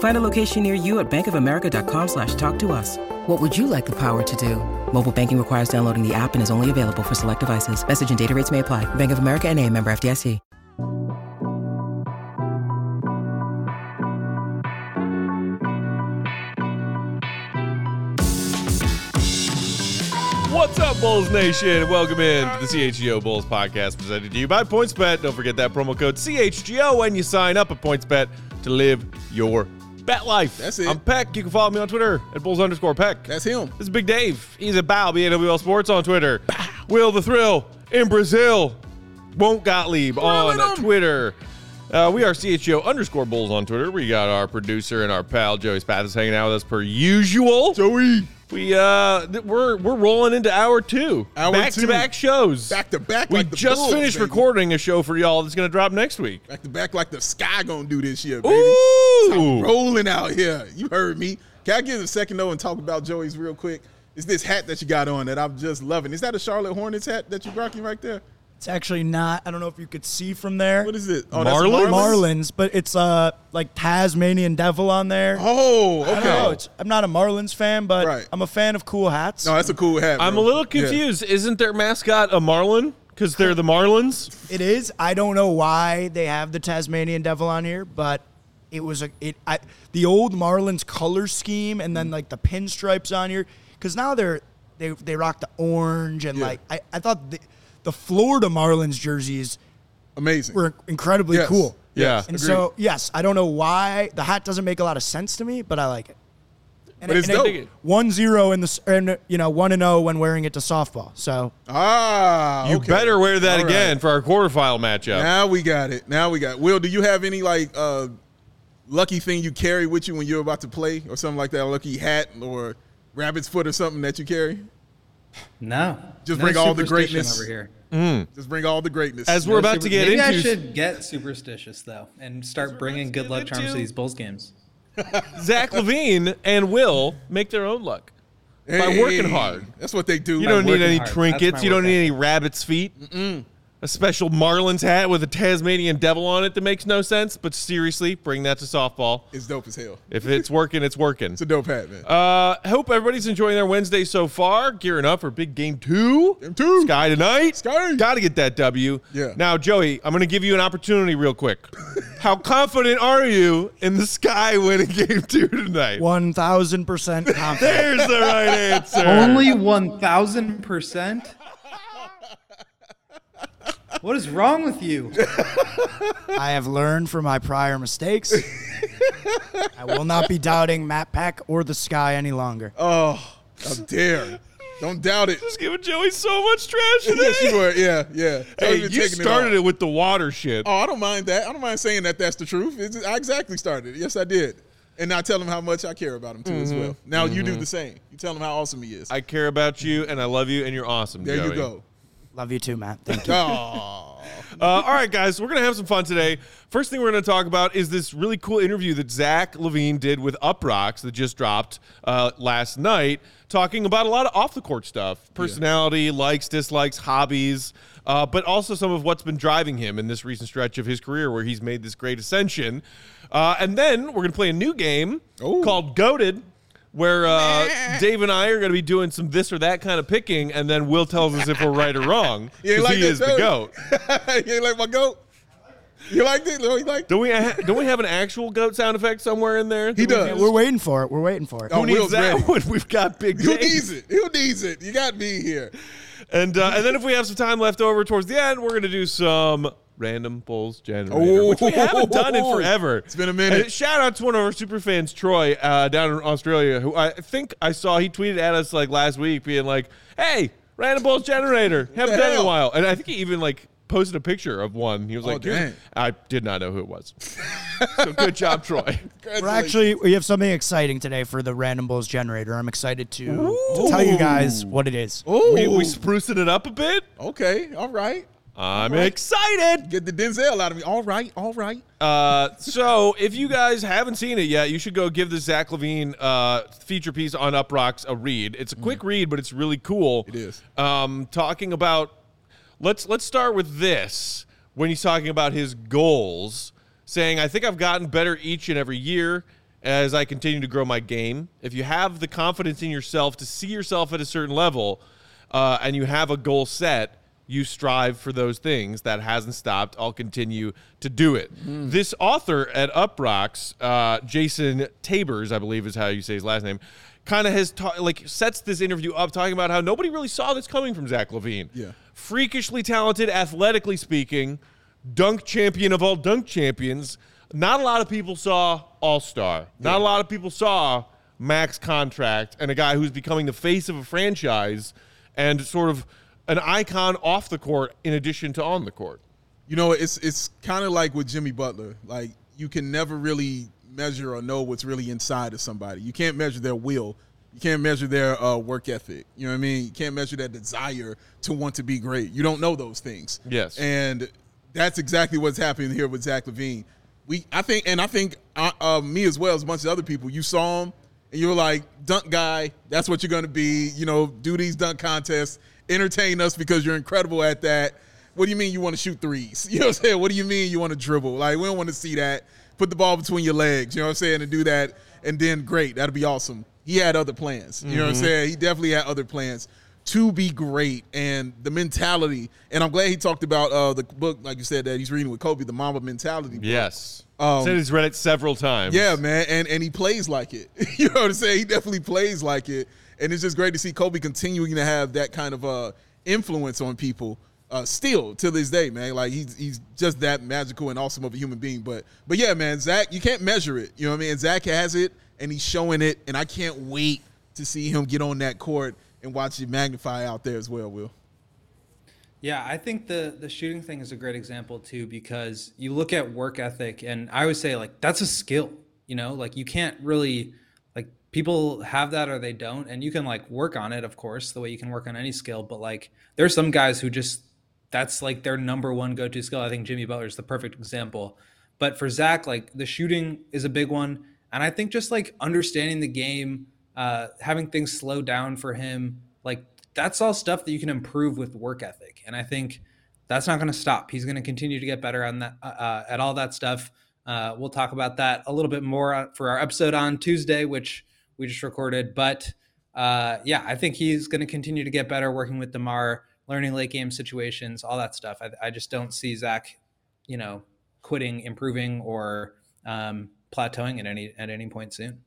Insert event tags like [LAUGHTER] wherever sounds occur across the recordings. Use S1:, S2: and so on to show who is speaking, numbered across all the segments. S1: Find a location near you at bankofamerica.com slash talk to us. What would you like the power to do? Mobile banking requires downloading the app and is only available for select devices. Message and data rates may apply. Bank of America and a member FDIC.
S2: What's up, Bulls Nation? Welcome in to the CHGO Bulls podcast presented to you by PointsBet. Don't forget that promo code CHGO when you sign up at PointsBet to live your bet life.
S3: That's it.
S2: I'm Peck. You can follow me on Twitter at Bulls underscore Peck.
S3: That's him.
S2: This is Big Dave. He's at Bow, BAWL Sports on Twitter. Will the Thrill in Brazil. Won't Gottlieb on Twitter. Uh, we are CHGO underscore Bulls on Twitter. We got our producer and our pal Joey Spath is hanging out with us per usual.
S3: Joey.
S2: We uh, th- we're we're rolling into hour two,
S3: Hour
S2: back
S3: two.
S2: to back shows,
S3: Back to back
S2: We
S3: like the
S2: just
S3: Bulls,
S2: finished
S3: baby.
S2: recording a show for y'all that's gonna drop next week.
S3: Back to back like the sky gonna do this year, baby.
S2: Ooh,
S3: Rolling out here. You heard me. Can I give a second though and talk about Joey's real quick? It's this hat that you got on that I'm just loving. Is that a Charlotte Hornets hat that you're rocking right there?
S4: It's actually not. I don't know if you could see from there.
S3: What is it? Oh,
S2: Marlins?
S4: Marlins, but it's uh like Tasmanian devil on there.
S3: Oh,
S4: I don't know.
S3: okay.
S4: It's, I'm not a Marlins fan, but
S3: Right.
S4: I'm a fan of cool hats.
S3: No, that's a cool hat.
S2: I'm a
S3: bro.
S2: little
S3: Yeah.
S2: confused. Isn't their mascot a marlin? Because they're the Marlins.
S4: it is. I don't know why they have the Tasmanian devil on here, but it was a it I the old Marlins color scheme and
S3: Mm.
S4: then like the pinstripes on here because now they're they they rock the orange and
S3: Yeah.
S4: like I I thought the, the Florida Marlins jerseys
S3: Amazing.
S4: were incredibly
S3: Yes.
S4: cool.
S2: Yeah.
S4: And
S3: Agreed.
S4: so, yes, I don't know why the hat doesn't make a lot of sense to me, but I like it. And
S3: But it's
S4: and
S3: dope.
S4: One zero in the s- and you know one and zero when wearing it to softball. So
S3: Ah,
S2: You
S3: okay.
S2: better wear that
S3: All right.
S2: again for our quarterfinal matchup.
S3: Now we got it. Now we got. Will, do you have any like uh lucky thing you carry with you when you're about to play or something like that? A lucky hat or rabbit's foot or something that you carry?
S5: No.
S3: Just
S5: No
S3: bring all the
S5: superstition
S3: greatness.
S5: over here.
S3: Just bring all the greatness.
S2: As we're
S5: No
S2: about
S5: super-
S2: to get
S5: Maybe I
S2: into,
S5: should get superstitious though and start bringing good luck charms to
S2: into-
S5: these Bulls games.
S2: Zach Levine and Will make their own luck by
S3: Hey,
S2: working hard.
S3: That's what they do.
S2: You don't need
S5: working
S2: any
S5: hard. That's
S2: trinkets.
S5: my
S2: You don't need
S5: workout.
S2: any rabbit's feet. A special Marlins hat with a Tasmanian devil on it that makes no sense. But seriously, bring that to softball.
S3: It's dope as hell.
S2: If it's working, it's working.
S3: It's a dope hat, man.
S2: Uh, hope everybody's enjoying their Wednesday so far. Gearing up for big game two.
S3: Game two.
S2: Sky tonight.
S3: Sky.
S2: Got to get that W.
S3: Yeah.
S2: Now, Joey, I'm going to give you an opportunity real quick. How confident are you in the Sky winning game two tonight?
S4: one thousand percent confident. [LAUGHS]
S2: There's the right answer.
S5: Only 1000%? What is wrong
S3: [LAUGHS]
S5: with you?
S4: I have learned from my prior mistakes. I will not be doubting Matt Pack or the sky any longer.
S3: oh, how dare! Don't
S2: [LAUGHS]
S3: doubt it. [LAUGHS]
S2: Just giving Joey so much trash today.
S3: yes, you were. Yeah, yeah. Don't
S2: Hey,
S3: even
S2: you
S3: taking
S2: started
S3: off.
S2: it, with the water shit.
S3: Oh, I don't mind that. I don't mind saying that. That's the truth. It's, I exactly started. it. Yes, I did. And I tell them how much I care about him too, as
S2: Mm-hmm.
S3: well. Now you do the same. You tell them how awesome he is.
S2: I care about you and I love you and you're awesome.
S3: there you
S2: Joey.
S3: go. [LAUGHS]
S4: Love you too, Matt. Thank you.
S3: Oh,
S2: [LAUGHS] Uh, all right, guys, we're gonna have some fun today. First thing we're gonna talk about is this really cool interview that Zach Levine did with Uprocks that just dropped uh, last night, talking about a lot of off the court stuff, personality, likes, dislikes, hobbies, uh, but also some of what's been driving him in this recent stretch of his career where he's made this great ascension. Uh, and then we're gonna play a new game
S3: Ooh.
S2: called Goaded. Where uh, Dave and I are going to be doing some this or that kind of picking, and then Will tells us if we're right or wrong.
S3: You ain't
S2: 'cause
S3: like
S2: he
S3: that,
S2: is the
S3: Joey?
S2: goat.
S3: you ain't like my goat. You liked it? No, you liked it?
S2: Do we ha- do we have an actual goat sound effect somewhere in there?
S3: He does. [LAUGHS]
S4: We're waiting for it. We're waiting for it.
S3: Oh,
S2: Who needs
S3: Will's
S2: that
S3: ready.
S2: when [LAUGHS] we've got big
S3: Who
S2: Dave?
S3: needs it? Who needs it? You got me here.
S2: And uh, and then if we have some time left over towards the end, we're gonna do some random polls generator, which we haven't done in forever.
S3: Oh. It's been a minute.
S2: And shout out to one of our super fans, Troy, uh, down in Australia, who I think I saw he tweeted at us like last week, being like, "Hey, random polls generator, haven't
S3: the
S2: done it in a
S3: hell?" Oh,
S2: while," and I think he even like posted a picture of one. He was like, "Here's-"
S3: dang.
S2: "I did not know who it was." [LAUGHS] so good job, Troy.
S4: We're actually we have something exciting today for the Random Bulls generator. I'm excited to, to tell you guys what it is.
S3: Ooh.
S2: We, we sprucing it up a bit.
S3: okay, all right.
S2: I'm excited.
S3: Get the Denzel out of me. All right, all right.
S2: Uh, so if you guys haven't seen it yet, you should go give the Zach Levine uh, feature piece on Up Rocks a read. It's a quick read, but it's really cool. Mm. It
S3: is.
S2: Um, talking about let's let's start with this when he's talking about his goals, saying I think I've gotten better each and every year as I continue to grow my game. If you have the confidence in yourself to see yourself at a certain level, uh, and you have a goal set, you strive for those things. That hasn't stopped. I'll continue to do it. This author at Uprocks, uh, Jason Tabers, I believe is how you say his last name, kind of has ta- like sets this interview up talking about how nobody really saw this coming from Zach Levine.
S3: Yeah.
S2: Freakishly talented, athletically speaking, dunk champion of all dunk champions. Not a lot of people saw All Star. Not a lot of people saw max contract and a guy who's becoming the face of a franchise and sort of an icon off the court in addition to on the court.
S3: You know, it's it's kind of like with Jimmy Butler. Like you can never really measure or know what's really inside of somebody. You can't measure their will. You can't measure their uh, work ethic. You know what I mean? You can't measure that desire to want to be great. You don't know those things.
S2: Yes.
S3: And that's exactly what's happening here with Zach Levine. We, I think, and I think uh, uh, me as well as a bunch of other people. You saw him, and you were like, "Dunk guy, that's what you're going to be." You know, do these dunk contests, entertain us because you're incredible at that. What do you mean you want to shoot threes? [LAUGHS] You know what I'm saying? What do you mean you want to dribble? Like we don't want to see that. Put the ball between your legs. You know what I'm saying? And do that, and then great, that'll be awesome. He had other plans. You know what I'm saying? He definitely had other plans to be great and the mentality. And I'm glad he talked about uh, the book, like you said, that he's reading with Kobe, the Mamba Mentality. book.
S2: Yes. Said he's read it several times.
S3: Yeah, man, and and he plays like it. [LAUGHS] you know what I'm saying? He definitely plays like it, and it's just great to see Kobe continuing to have that kind of uh, influence on people. Uh, still to this day, man, like he's he's just that magical and awesome of a human being. But but yeah, man, Zach, you can't measure it. You know what I mean? Zach has it, and he's showing it, and I can't wait to see him get on that court and watch it magnify out there as well. Will
S5: Yeah, I think the the shooting thing is a great example too because you look at work ethic and I always say like that's a skill, you know? Like you can't really like people have that or they don't and you can like work on it of course, the way you can work on any skill, but like there's some guys who just that's like their number one go-to skill. I think Jimmy Butler is the perfect example. But for Zach, like the shooting is a big one, and I think just like understanding the game, uh, having things slow down for him, like that's all stuff that you can improve with work ethic. And I think that's not going to stop. He's going to continue to get better on that uh, uh, at all that stuff. Uh, we'll talk about that a little bit more on- for our episode on Tuesday, which we just recorded. But uh, yeah, I think he's going to continue to get better working with Demar, learning late game situations, all that stuff. I, I just don't see Zach, you know, quitting, improving, or um, plateauing at any at any point soon.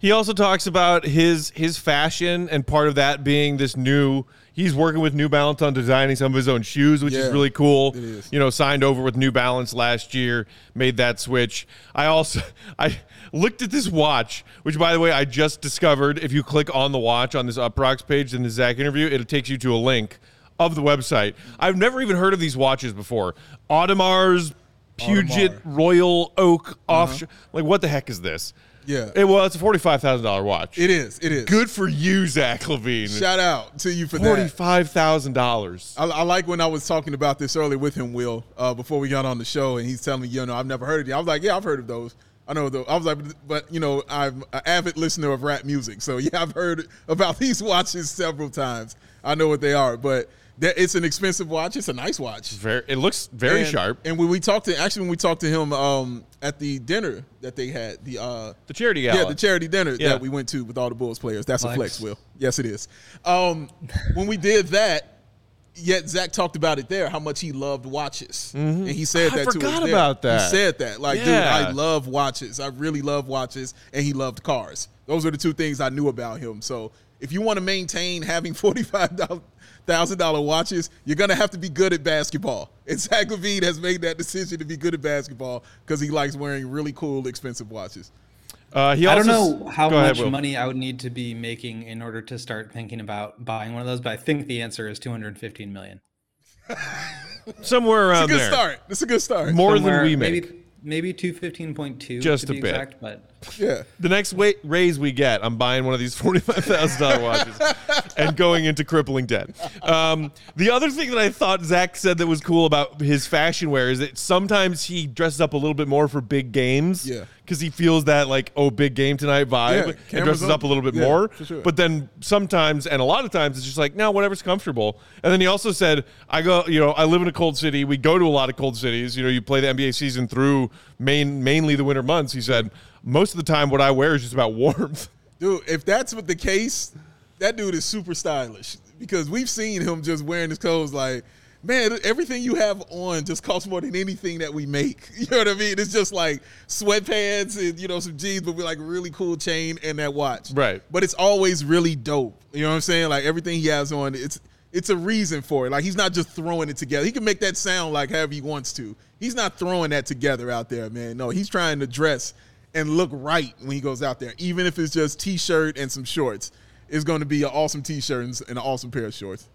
S2: He also talks about his his fashion and part of that being this new he's working with New Balance on designing some of his own shoes, which is
S3: Yeah,
S2: really cool.
S3: it is.
S2: You know, signed over with New Balance last year, made that switch. I also [LAUGHS] I looked at this watch, which by the way I just discovered if you click on the watch on this Uprocks page in the Zach interview, it takes you to a link of the website. I've never even heard of these watches before. Audemars Puget Royal Oak off like what the heck is this?
S3: Uh-huh. Yeah.
S2: It, well, it's a forty-five thousand dollar watch.
S3: it is it is
S2: Good for you, Zach Levine.
S3: [LAUGHS] Shout out to you for that.
S2: Forty-five thousand dollars.
S3: I, I like when I was talking about this earlier with him, Will, uh, before we got on the show, and he's telling me, you know, I've never heard of it. I was like, yeah, I've heard of those. I know though. I was like, but you know, I'm an avid listener of rap music, so [LAUGHS] yeah, I've heard about these watches several times. I know what they are, but that, it's an expensive watch. It's a nice watch.
S2: Very, it looks very
S3: And-
S2: sharp.
S3: And when we talked to actually when we talked to him um, at the dinner that they had, the uh,
S2: The charity
S3: yeah,
S2: gala.
S3: the charity dinner
S2: Yeah.
S3: that we went to with all the Bulls players. That's a
S5: Flex.
S3: flex, Will. Yes, it is. Um, when we did that, yet Zach talked about it there, how much he loved watches, and he said
S2: Mm-hmm. I
S3: that. to us
S2: forgot
S3: there.
S2: about that.
S3: He said that, like,
S2: Yeah.
S3: dude, I love watches. I really love watches, and he loved cars. Those are the two things I knew about him. So if you want to maintain having [LAUGHS] $45,000 watches, you're going to have to be good at basketball. And Zach Levine has made that decision to be good at basketball because he likes wearing really cool, expensive watches.
S2: Uh, he
S5: I
S2: also
S5: don't know
S2: s-
S5: how
S2: go ahead,
S5: much
S2: Will.
S5: money I would need to be making in order to start thinking about buying one of those, but I think the answer is 215 million.
S2: somewhere around
S3: Good
S2: there.
S3: start. It's a good start.
S2: More
S5: Somewhere-
S2: than we make.
S5: maybe, Maybe 215.2
S2: Just
S5: to
S2: a
S5: be
S2: bit.
S5: exact, but
S3: Yeah.
S2: The next wa- raise we get, I'm buying one of these [LAUGHS] forty-five thousand
S3: [LAUGHS]
S2: dollar watches and going into crippling debt. Um, the other thing that I thought Zach said that was cool about his fashion wear is that sometimes he dresses up a little bit more for big games,
S3: Yeah.
S2: because he feels that like oh big game tonight vibe,
S3: Yeah,
S2: and
S3: cameras
S2: dresses
S3: on.
S2: up a little bit
S3: Yeah,
S2: more.
S3: for sure.
S2: But then sometimes and a lot of times it's just like no whatever's comfortable and then he also said i go you know i live in a cold city we go to a lot of cold cities you know you play the nba season through main mainly the winter months he said most of the time what i wear is just about [LAUGHS] warmth
S3: Dude, if that's what the case, that dude is super stylish because we've seen him just wearing his clothes like, man, everything you have on just costs more than anything that we make. [LAUGHS] You know what I mean? It's just like sweatpants and you know some jeans, but with like a really cool chain and that watch.
S2: Right.
S3: But it's always really dope. You know what I'm saying? Like everything he has on, it's it's a reason for it. Like he's not just throwing it together. He can make that sound like however he wants to. He's not throwing that together out there, man. No, he's trying to dress and look right when he goes out there, even if it's just t-shirt and some shorts. It's going to be an awesome t-shirt and s- and an awesome pair of shorts.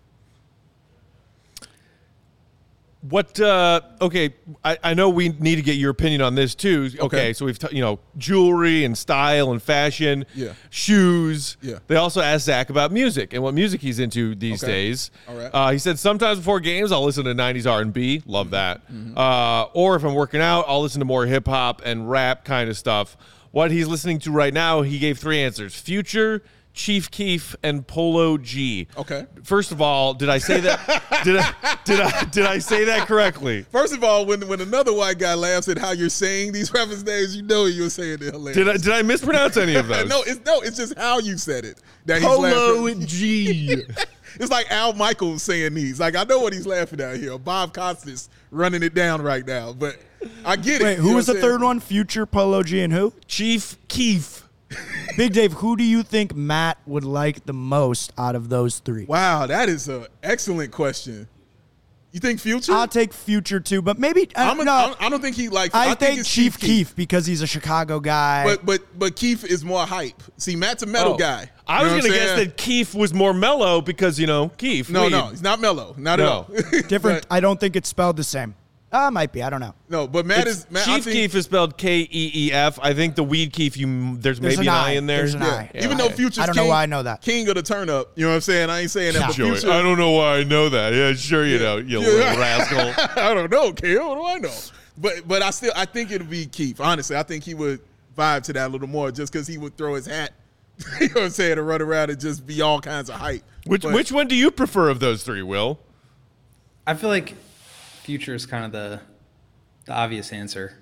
S2: what uh okay I, I know we need to get your opinion on this too okay,
S3: Okay.
S2: so we've t- you know jewelry and style and fashion
S3: Yeah.
S2: shoes
S3: Yeah.
S2: they also asked zach about music and what music he's into these
S3: Okay.
S2: days
S3: All right. Mm-hmm.
S2: uh, he said sometimes before games i'll listen to 90s r&b love that uh, or if i'm working out i'll listen to more hip-hop and rap kind of stuff what he's listening to right now he gave three answers future chief keef and polo g
S3: Okay.
S2: First of all, did I say that? did I did I did I say that correctly?
S3: First of all, when when another white guy laughs at how you're saying these [LAUGHS] rappers' names, you know you're saying they're hilarious.
S2: Did I did I mispronounce any of those?
S3: [LAUGHS] no, it's no, it's just how you said it. That he's
S2: Polo
S3: [LAUGHS] laughing.
S2: G.
S3: It's like Al Michaels saying these. Like I know what he's laughing at here. Bob Costas running it down right now, but I get it.
S4: Wait,
S3: You
S4: who
S3: know
S4: was
S3: what
S4: the
S3: I'm
S4: third
S3: saying?
S4: one? Future Polo G and who?
S2: Chief Keef.
S4: Big Dave, who do you think Matt would like the most out of those three?
S3: Wow, that is an excellent question. You think Future?
S4: I'll take Future too, but maybe I
S3: I'm
S4: don't
S3: a,
S4: know.
S3: I'm- I don't think he like.
S4: I,
S3: think
S4: think
S3: it's
S4: Chief Keef, because he's a Chicago guy.
S3: But but but Keith is more hype. See, Matt's a metal
S2: Oh.
S3: guy.
S2: I
S3: You
S2: was
S3: know what
S2: gonna
S3: I'm
S2: guess
S3: saying?
S2: that Keef was more mellow because you know Keef.
S3: No,
S2: weed.
S3: no, he's not mellow. Not
S2: No.
S3: at all. [LAUGHS]
S4: Different. I don't think it's spelled the same. Uh, might be. I don't know.
S3: no, but Matt
S2: It's-
S3: is Matt, I
S2: Chief
S3: think-
S2: Keef is spelled K E E F. I think the weed Keef. You there's,
S4: There's
S2: maybe
S4: an
S2: an
S4: I.
S2: I in there.
S4: There's an
S3: Yeah.
S4: I.
S3: Even [LAUGHS] though Future's
S4: I don't know
S3: king-
S4: why I know that.
S3: King of the turn up. You know what I'm saying? I ain't saying that.
S4: Yeah.
S3: but
S2: Joey,
S3: Future,
S2: I don't know why I know that. Yeah, sure you know, you little rascal.
S3: [LAUGHS] I don't know, Kale. What do I know? But but I still I think it'll be Keith. Honestly, I think he would vibe to that a little more just because he would throw his hat. [LAUGHS] you know what I'm saying? To run around and just be all kinds of hype.
S2: Which
S3: But-
S2: which one do you prefer of those three, Will?
S5: I feel like future is kind of the the obvious answer.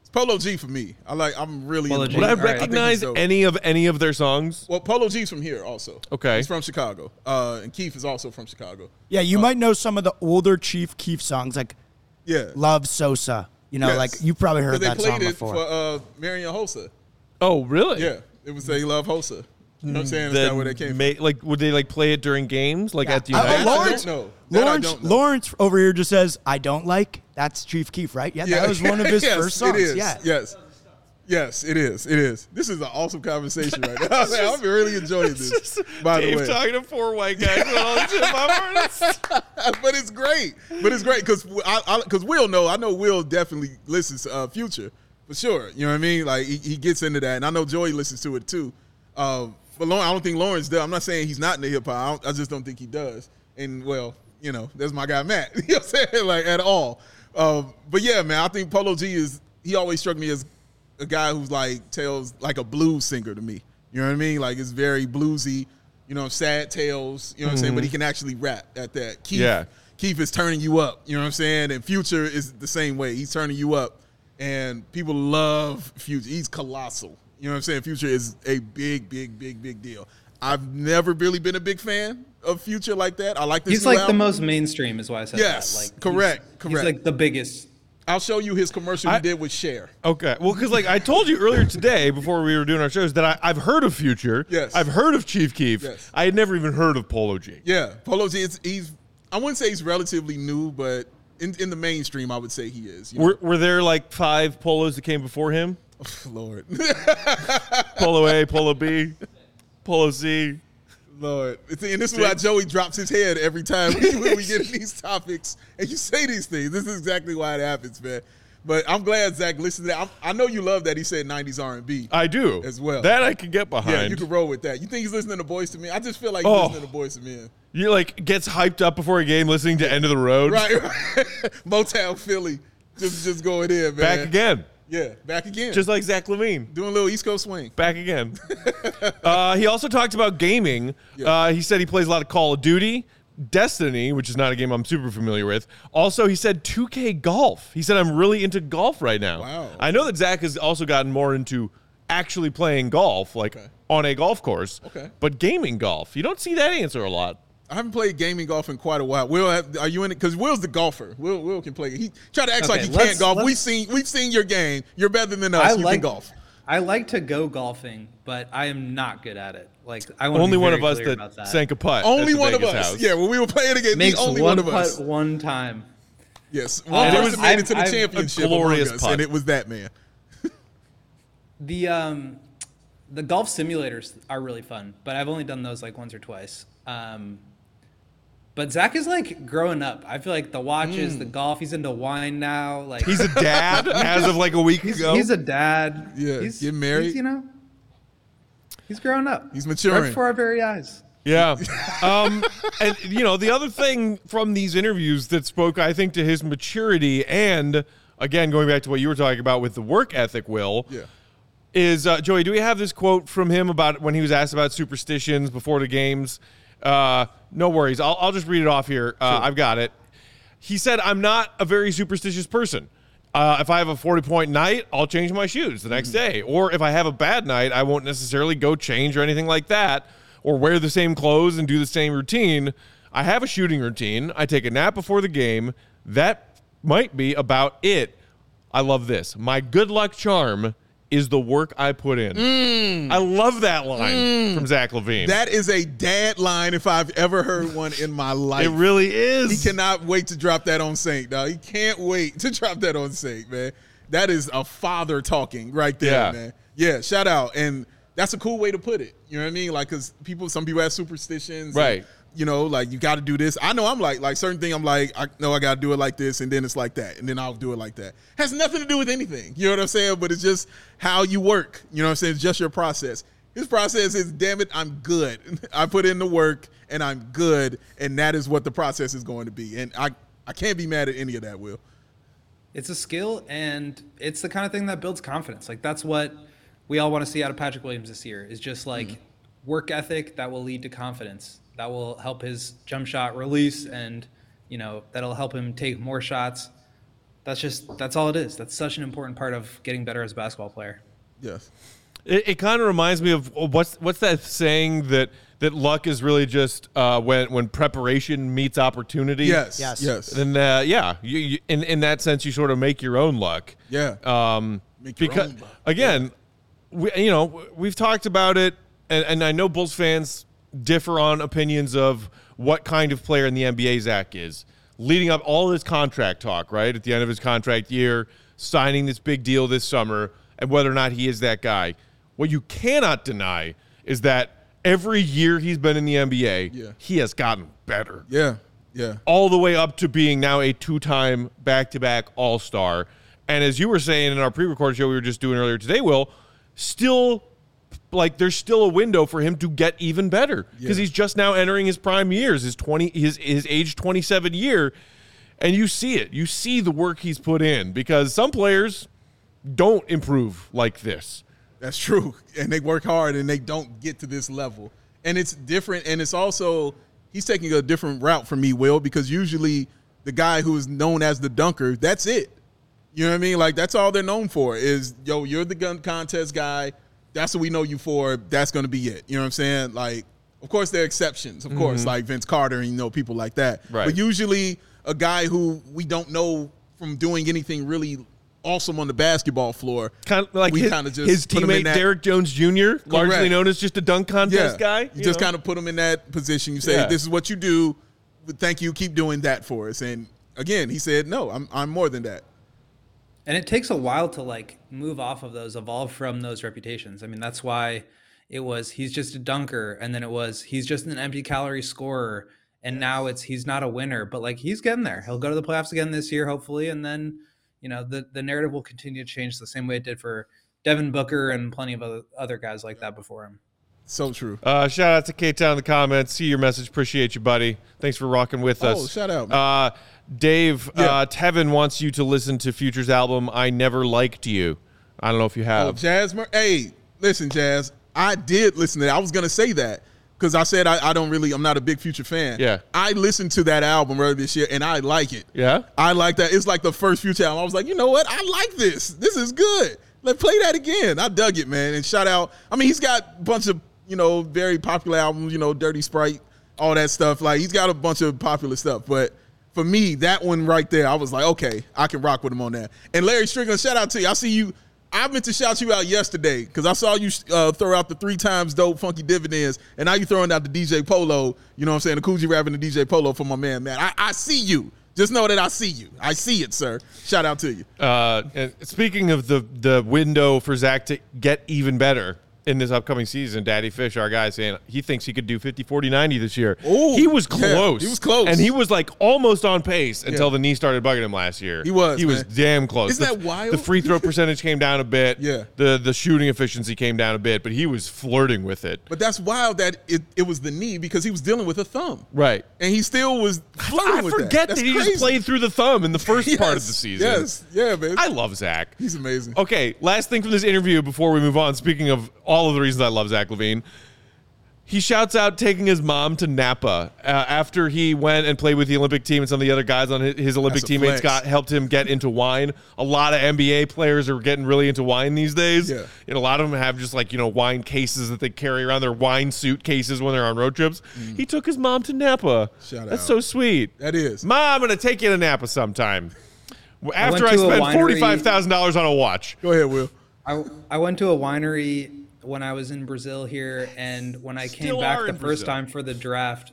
S3: it's Polo G for me. I like. I'm really.
S5: Polo
S3: into
S5: G.
S2: Would I
S5: All right.
S2: recognize
S3: I think he's dope.
S2: any of any of their songs?
S3: Well, Polo G's from here also.
S2: Okay.
S3: He's from Chicago. Uh, and Keith is also from Chicago.
S4: Yeah, you might know some of the older Chief Keef songs, like
S3: Yeah.
S4: Love Sosa. You know,
S3: Yes.
S4: like you probably
S3: 'Cause
S4: heard
S3: they
S4: that
S3: played
S4: song
S3: it
S4: before.
S3: for uh, Marion Hosa.
S2: Oh, really?
S3: Yeah. It was They Love Hosa. You know what I'm saying? That's
S2: Then
S3: not where that came
S2: ma- like would they like play it during games like at the
S4: Uh,
S2: United?
S3: I don't
S4: Lawrence,
S3: know. That I
S4: Lawrence,
S3: don't know.
S4: Lawrence over here just says, "I don't like." That's Chief Keef, right? Yeah,
S3: Yeah.
S4: that was one of
S3: [LAUGHS]
S4: his
S3: Yes,
S4: first songs.
S3: It is.
S4: Yeah.
S3: Yes. Yes, it is. It is. This is an awesome conversation right now. [LAUGHS] I'm really enjoying this. By the
S2: Dave
S3: way,
S2: talking to four white
S3: [LAUGHS]
S2: guys and all these hip hop artists.
S3: but it's great. But it's great because I because Will know. I know Will definitely listens to uh, Future for sure. You know what I mean? Like he, he gets into that, and I know Joey listens to it too. Um, but Lauren, I don't think Lawrence does. I'm not saying he's not into hip hop. I, don't- I just don't think he does. And well, you know, that's my guy Matt. [LAUGHS] you know what I'm saying? Like at all. Um, but yeah, man, I think Polo G is. He always struck me as a guy who's like tells like a blues singer to me. You know what I mean? Like it's very bluesy. You know, sad tales. You know what I'm saying? But he can actually rap at that. Keith,
S2: Yeah.
S3: Keith is turning you up. You know what I'm saying? And Future is the same way. He's turning you up, and people love Future. He's colossal. You know what I'm saying? Future is a big, big, big, big deal. I've never really been a big fan of Future like that. I like this.
S5: He's
S3: new
S5: like the
S3: album.
S5: most mainstream, is why I said
S3: Yes,
S5: that. Like, he's-
S3: correct,
S5: He's
S3: correct.
S5: like the biggest
S3: I'll show you his commercial he did with Cher.
S2: Okay. Well, because like I told you earlier today, before we were doing our shows, that I, I've heard of Future.
S3: Yes.
S2: I've heard of Chief Keef.
S3: Yes.
S2: I had never even heard of Polo G.
S3: Yeah, Polo G. It's, he's I wouldn't say he's relatively new, but in, in the mainstream, I would say he is. you know?
S2: Were, were there like five polos that came before him?
S3: [LAUGHS] Lord, [LAUGHS]
S2: Polo A, Polo B, Polo C.
S3: Lord, It's- and this is why Joey drops his head every time we, when we get
S2: [LAUGHS]
S3: in these topics and you say these things. This is exactly why it happens, man. But I'm glad Zach listened to that. I'm, I know you love that he said '90s R&B.
S2: I do
S3: As well.
S2: That I can get behind.
S3: yeah, you can roll with that. You think he's listening to Boys to Men? I just feel like
S2: Oh.
S3: he's listening to Boys to Men.
S2: You like gets hyped up before a game, listening to End of the Road.
S3: Right, right. [LAUGHS] Motown Philly, just just going in, man.
S2: Back again,
S3: Yeah, back again.
S2: just like Zach Levine.
S3: doing a little East Coast swing.
S2: Back
S3: [LAUGHS]
S2: again. uh, he also talked about gaming. Uh, he said he plays a lot of Call of Duty, Destiny, which is not a game I'm super familiar with. Also, he said 2K golf. He said I'm really into golf right now.
S3: Wow.
S2: I know that Zach has also gotten more into actually playing golf, like on a golf course.
S3: Okay.
S2: But gaming golf, you don't see that answer a lot.
S3: I haven't played gaming golf in quite a while. Will, have, are you in it? Because Will's the golfer. Will, Will can play. He try to act like
S5: Okay,
S3: he
S5: let's-
S3: can't golf.
S5: let's-
S3: We've seen we've seen your game. You're better than us.
S5: I
S3: you
S5: like
S3: can golf.
S5: I like to go golfing, but I am not good at it. Like I want
S2: Only
S5: be
S2: one
S5: very
S2: of us
S5: clear
S2: that,
S5: about that
S2: sank a putt. at
S3: Only
S2: the
S3: one of
S2: Vegas
S3: us.
S2: house.
S3: Yeah, when we were playing again,
S5: makes
S3: the only
S5: one,
S3: one, of
S5: putt
S3: us.
S5: one time.
S3: Yes, one
S5: Uh,
S3: person
S5: it was-
S3: made it to the
S5: I've- I've- a
S3: championship, among
S2: glorious
S3: us,
S2: putt.
S3: and it was that man.
S5: The um, the golf simulators are really fun, but I've only done those like once or twice. Um, but Zach is like growing up. I feel like the watches, the golf. He's into wine now. Like
S2: He's a
S3: [LAUGHS]
S2: dad as of like a week ago.
S5: [LAUGHS] he's a dad.
S3: Yeah,
S5: he's
S3: get married.
S5: he's, you know, he's growing up.
S3: He's
S5: right
S3: maturing.
S5: before our very eyes.
S2: Yeah. Um, and, you know, the other thing from these interviews that spoke, I think, to his maturity and, again, going back to what you were talking about with the work ethic, Will,
S3: Yeah.
S2: is uh, Joey, do we have this quote from him about when he was asked about superstitions before the games? Uh, no worries. I'll, I'll just read it off here. Uh, I've got it. He said, I'm not a very superstitious person. Uh, if I have a 40 point night, I'll change my shoes the next day. Or if I have a bad night, I won't necessarily go change or anything like that or wear the same clothes and do the same routine. I have a shooting routine. I take a nap before the game. That might be about it. I love this. My good luck charm is the work I put in. I love that line from Zach Levine.
S3: That is a dad line if I've ever heard one in my life.
S2: it really is.
S3: He cannot wait to drop that on Saint, dog. He can't wait to drop that on Saint, man. That is a father talking right there,
S2: Yeah.
S3: man. Yeah, shout out. And that's a cool way to put it. You know what I mean? Like, because people, some people have superstitions. and,
S2: Right.
S3: you know, like you got to do this. I know I'm like, like certain thing. I'm like, I know I got to do it like this, and then it's like that, and then I'll do it like that. Has nothing to do with anything. You know what I'm saying? But it's just how you work. You know what I'm saying? It's just your process. His process is, damn it, I'm good. [LAUGHS] I put in the work, and I'm good, and that is what the process is going to be. And I, I can't be mad at any of that. Will.
S5: it's a skill and it's the kind of thing that builds confidence like that's what we all want to see out of patrick williams this year is just like work ethic that will lead to confidence that will help his jump shot release and you know that'll help him take more shots that's just that's all it is that's such an important part of getting better as a basketball player
S3: Yes.
S2: It, it kind of reminds me of what's what's that saying that that luck is really just uh, when when preparation meets opportunity.
S3: Yes.
S4: Yes.
S3: Yes.
S2: Then uh, yeah, you, you, in in that sense, you sort of make your own luck.
S3: yeah.
S2: Um,
S3: Make your
S2: because
S3: own luck.
S2: again, we you know we've talked about it, and, and I know Bulls fans differ on opinions of what kind of player in the NBA Zach is. Leading up all his contract talk, right at the end of his contract year, signing this big deal this summer, and whether or not he is that guy. What you cannot deny is that every year he's been in the NBA,
S3: Yeah.
S2: he has gotten better
S3: yeah. Yeah.
S2: all the way up to being now a two-time back-to-back All-Star. And as you were saying in our pre-recorded show we were just doing earlier today, Will, still like there's still a window for him to get even better because
S3: Yeah.
S2: he's just now entering his prime years, his 20 his his age 27 year. And you see it. You see the work he's put in because some players don't improve like this.
S3: That's true. [LAUGHS] And they work hard and they don't get to this level. And it's different. And it's also, he's taking a different route from me, Will, because usually the guy who is known as the dunker, that's it. You know what I mean? Like, that's all they're known for is, yo, you're the gun contest guy. That's what we know you for. That's going to be it. You know what I'm saying? Like, of course, there are exceptions, of course, like Vince Carter and, you know, people like that.
S2: Right.
S3: But usually, a guy who we don't know from doing anything really awesome on the basketball floor.
S2: Kind of like his,
S3: kinda
S2: his
S3: put him in
S2: teammate
S3: that-
S2: Derek Jones Jr., largely
S3: Correct.
S2: known as just a dunk
S3: yeah,
S2: contest guy.
S3: You, just kind of put him in that position. You say,
S2: Yeah.
S3: "This is what you do. Thank you. Keep doing that for us." And again, he said, "No, I'm I'm more than that."
S5: and it takes a while to like move off of those evolve from those reputations i mean that's why it was he's just a dunker and then it was he's just an empty calorie scorer and now it's he's not a winner but like he's getting there he'll go to the playoffs again this year hopefully and then you know the, the narrative will continue to change the same way it did for devin booker and plenty of other, other guys like that before him
S3: So true.
S2: Uh, shout out to K Town in the comments. See your message. Appreciate you, buddy. Thanks for rocking with us.
S3: Oh, shout out,
S2: Uh, Dave,
S3: Yeah.
S2: uh, Tevin wants you to listen to Future's album, I Never Liked You. I don't know if you
S3: Oh,
S2: have.
S3: Jazz, Mur- hey, listen, Jazz. I did listen to that. I was gonna say that because I said I, I don't really. I'm not a big Future fan.
S2: Yeah.
S3: I listened to that album earlier this year, and I like it.
S2: Yeah?
S3: I like that. It's like the first Future album. I was like, you know what? I like this. This is good. Let play that again. I dug it, man. And shout out. I mean, he's got a bunch of you know very popular albums. You know, Dirty Sprite, all that stuff. Like he's got a bunch of popular stuff, but. For me, that one right there, I was like, okay, I can rock with him on that. And Larry Strickland, shout out to you. I see you I meant to shout you out yesterday because I saw you uh, throw out the three times dope funky dividends, and now you throwing out the DJ Polo. You know what I'm saying? The Coogee rapping the DJ Polo for my man, man. I, I see you. Just know that I see you. I see it, sir. Shout out to you.
S2: Uh, and speaking of the, the window for Zach to get even better in this upcoming season, Daddy Fish, our guy, saying he thinks he could do 50, 40, 90 this year.
S3: Ooh,
S2: he was
S3: yeah,
S2: close.
S3: he was close.
S2: And he was like almost on pace until the knee started bugging him last year.
S3: He was,
S2: He was
S3: man.
S2: damn close.
S3: Isn't
S2: The-
S3: that wild?
S2: The free
S3: [LAUGHS]
S2: throw percentage came down a bit.
S3: Yeah.
S2: The, the shooting efficiency came down a bit, but he was flirting with it.
S3: But that's wild that it, it was the knee because he was dealing with a thumb,
S2: Right.
S3: and he still was flirting
S2: I
S3: with
S2: forget
S3: that.
S2: that,
S3: That's
S2: he
S3: crazy.
S2: just played through the thumb in the first part of
S3: [LAUGHS] Yes,
S2: the season.
S3: Yes, yeah, man.
S2: I love Zach.
S3: He's amazing.
S2: Okay, last thing from this interview before we move on. Speaking of all of the reasons I love Zach Levine, he shouts out taking his mom to Napa uh, after he went and played with the Olympic team and some of the other guys on his, his Olympic
S3: That's a
S2: teammates
S3: flex.
S2: got helped him get into wine. A lot of NBA players are getting really into wine these days.
S3: Yeah.
S2: And a lot of them have just like, you know, wine cases that they carry around their wine suitcases when they're on road trips. He took his mom to Napa.
S3: Mm. Shout
S2: That's
S3: out.
S2: so sweet.
S3: That is.
S2: Mom, I'm going to take you to Napa sometime. After
S5: went
S2: I,
S5: to a
S2: spent
S5: winery-
S2: forty-five thousand dollars on a watch,
S3: Go ahead, Will.
S5: I, I went to a winery when I was in Brazil here, and when I came
S2: Still
S5: back
S2: are
S5: the
S2: in
S5: first
S2: Brazil.
S5: time for the draft,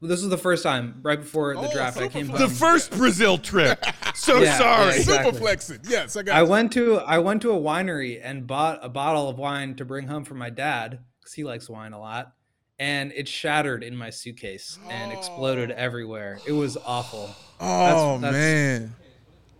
S5: well, this was the first time right before the
S3: Oh,
S5: draft. I
S3: super
S5: came
S3: fun.
S2: the
S5: home.
S2: first Brazil trip. So
S5: Yeah,
S2: sorry.
S5: yeah. Exactly.
S3: Super flexing. Yes, I got.
S5: I
S3: you.
S5: went to I went to a winery and bought a bottle of wine to bring home for my dad because he likes wine a lot, and it shattered in my suitcase and exploded everywhere. It was awful.
S3: Oh
S5: that's-
S3: man,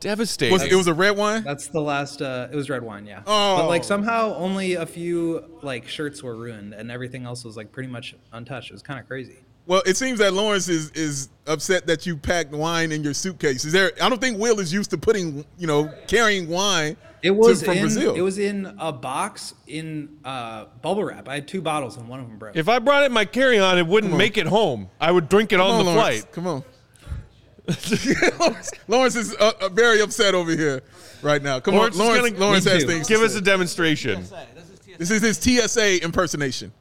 S2: Devastating.
S3: was, it was a red one.
S5: That's the last. Uh, it was red wine, yeah. But
S3: Oh.
S5: like somehow only a few like shirts were ruined, and everything else was like pretty much untouched. It was kind of crazy.
S3: Well, it seems that Lawrence is is upset that you packed wine in your suitcase. Is there? I don't think Will is used to putting, you know, carrying wine.
S5: It was
S3: to, from
S5: in,
S3: Brazil.
S5: It was in a box in uh, bubble wrap. I had two bottles and one of them broke.
S2: if I brought it in my carry-on, it wouldn't make it home. I would drink it on,
S3: Come
S2: the
S3: Lawrence.
S2: flight.
S3: Come on. Lawrence, [LAUGHS] Lawrence is uh, uh, very upset over here right now. Come
S2: Lawrence,
S3: on, Lawrence.
S2: is gonna,
S3: Lawrence
S2: Me
S3: has
S2: too.
S3: things.
S2: Give
S3: to
S2: us
S3: say.
S2: a demonstration.
S3: This is his TSA impersonation.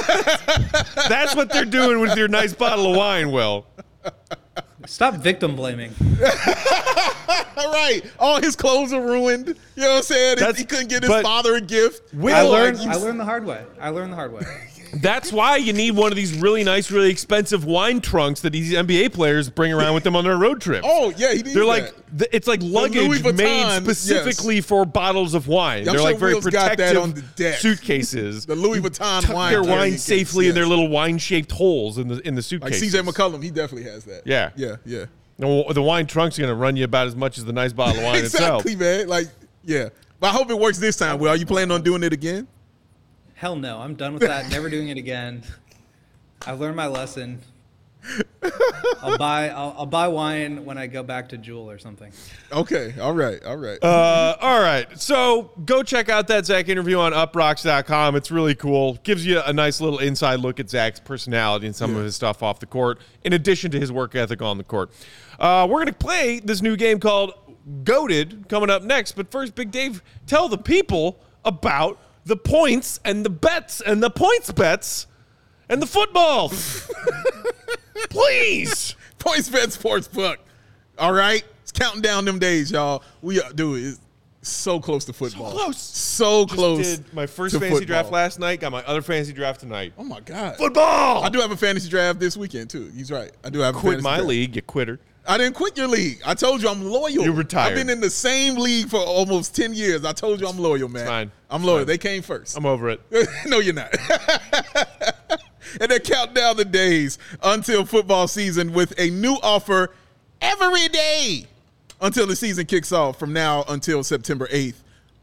S2: That's what they're doing with your nice bottle of wine. Will.
S5: Stop victim blaming.
S3: All right, all his clothes are ruined. You know what I'm saying? He-
S2: That's-
S3: he couldn't get his
S2: but-
S3: father a gift.
S2: Will-
S5: I
S2: Oh,
S5: learned.
S3: like, you-
S5: I learned the hard way. I learned the hard way.
S2: That's why you need one of these really nice, really expensive wine trunks that these NBA players bring around with them on their road trips.
S3: Oh yeah, he needs
S2: They're like
S3: that.
S2: th- it's like luggage
S3: Vuitton,
S2: made
S3: yes.
S2: specifically for bottles of wine.
S3: I'm
S2: They're
S3: sure
S2: like very
S3: Will's got that
S2: protective
S3: on the deck.
S2: suitcases.
S3: The Louis
S2: You
S3: Vuitton
S2: tuck
S3: wine
S2: their wine
S3: suitcase,
S2: safely in their
S3: yes.
S2: little wine shaped holes in the in the
S3: like
S2: suitcases.
S3: CJ McCollum. He definitely has that.
S2: Yeah.
S3: yeah, yeah.
S2: McCullough. The wine trunk's going to run you about as much as the nice bottle [LAUGHS] of wine itself.
S3: exactly, man. Like, yeah. But I hope it works this time. Well, are you planning on doing it again?
S5: Hell no. I'm done with that. Never doing it again. I've learned my lesson. I'll buy. I'll, I'll buy wine when I go back to Jewel or something.
S3: Okay. All right. All right. [LAUGHS]
S2: Uh, all right. So go check out that Zach interview on uprocks.com. It's really cool. Gives you a nice little inside look at Zach's personality and some of his stuff off the court, in addition to his work ethic on the court. Uh, we're going to play this new game called Goaded coming up next. But first, Big Dave, tell the people about the points and the bets and the points bets and the football. Please.
S3: Points Bet Sports Book. All right. It's counting down them days, y'all. We are, dude, it's so close to football.
S2: close.
S3: So
S2: Just
S3: close.
S2: Did my first
S3: to
S2: fantasy
S3: football.
S2: draft last night. Got my other fantasy draft tonight.
S3: Oh my god.
S2: Football.
S3: I do have a fantasy draft this weekend too. He's right. I do have a
S2: quit
S3: fantasy
S2: my
S3: draft.
S2: league. You quitter.
S3: I didn't quit your league. I told you I'm loyal.
S2: You're retired.
S3: I've been in the same league for almost ten years. I told you I'm loyal, man.
S2: fine.
S3: I'm loyal. They came first.
S2: I'm over it.
S3: [LAUGHS] no, you're not. and they count down the days until football season with a new offer every day until the season kicks off from now until September 8th.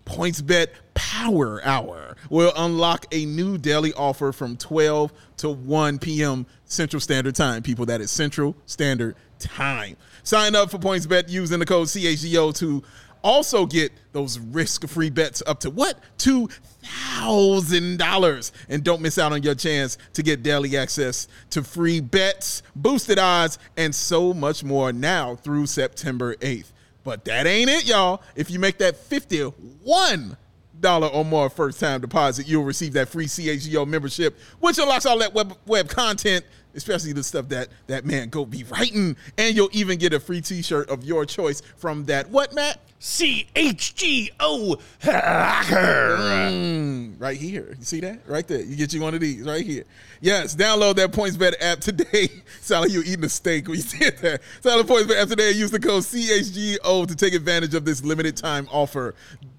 S3: PointsBet Power Hour will unlock a new daily offer from 12 to 1 p.m. Central Standard Time. People, that is Central Standard Time. Sign up for PointsBet using the code CHGO to also get those risk-free bets up to what two thousand dollars and don't miss out on your chance to get daily access to free bets boosted odds and so much more now through september 8th but that ain't it y'all if you make that 51 dollar or more first time deposit you'll receive that free chgo membership which unlocks all that web, web content especially the stuff that that man go be writing and you'll even get a free t-shirt of your choice from that what matt
S2: C H G O hacker.
S3: right here. You see that? Right there. You get you one of these right here. Yes, download that PointsBet app today. [LAUGHS] Sound like you eating a steak when you said that. Sound the PointsBet app today and use the code CHGO to take advantage of this limited time offer.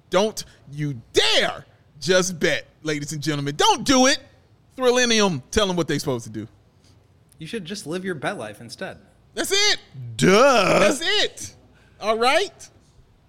S3: Don't you dare just bet, ladies and gentlemen. Don't do it. Thrillium, tell them what they supposed to do.
S5: You should just live your bet life instead.
S3: That's it.
S2: Duh.
S3: That's it. All right.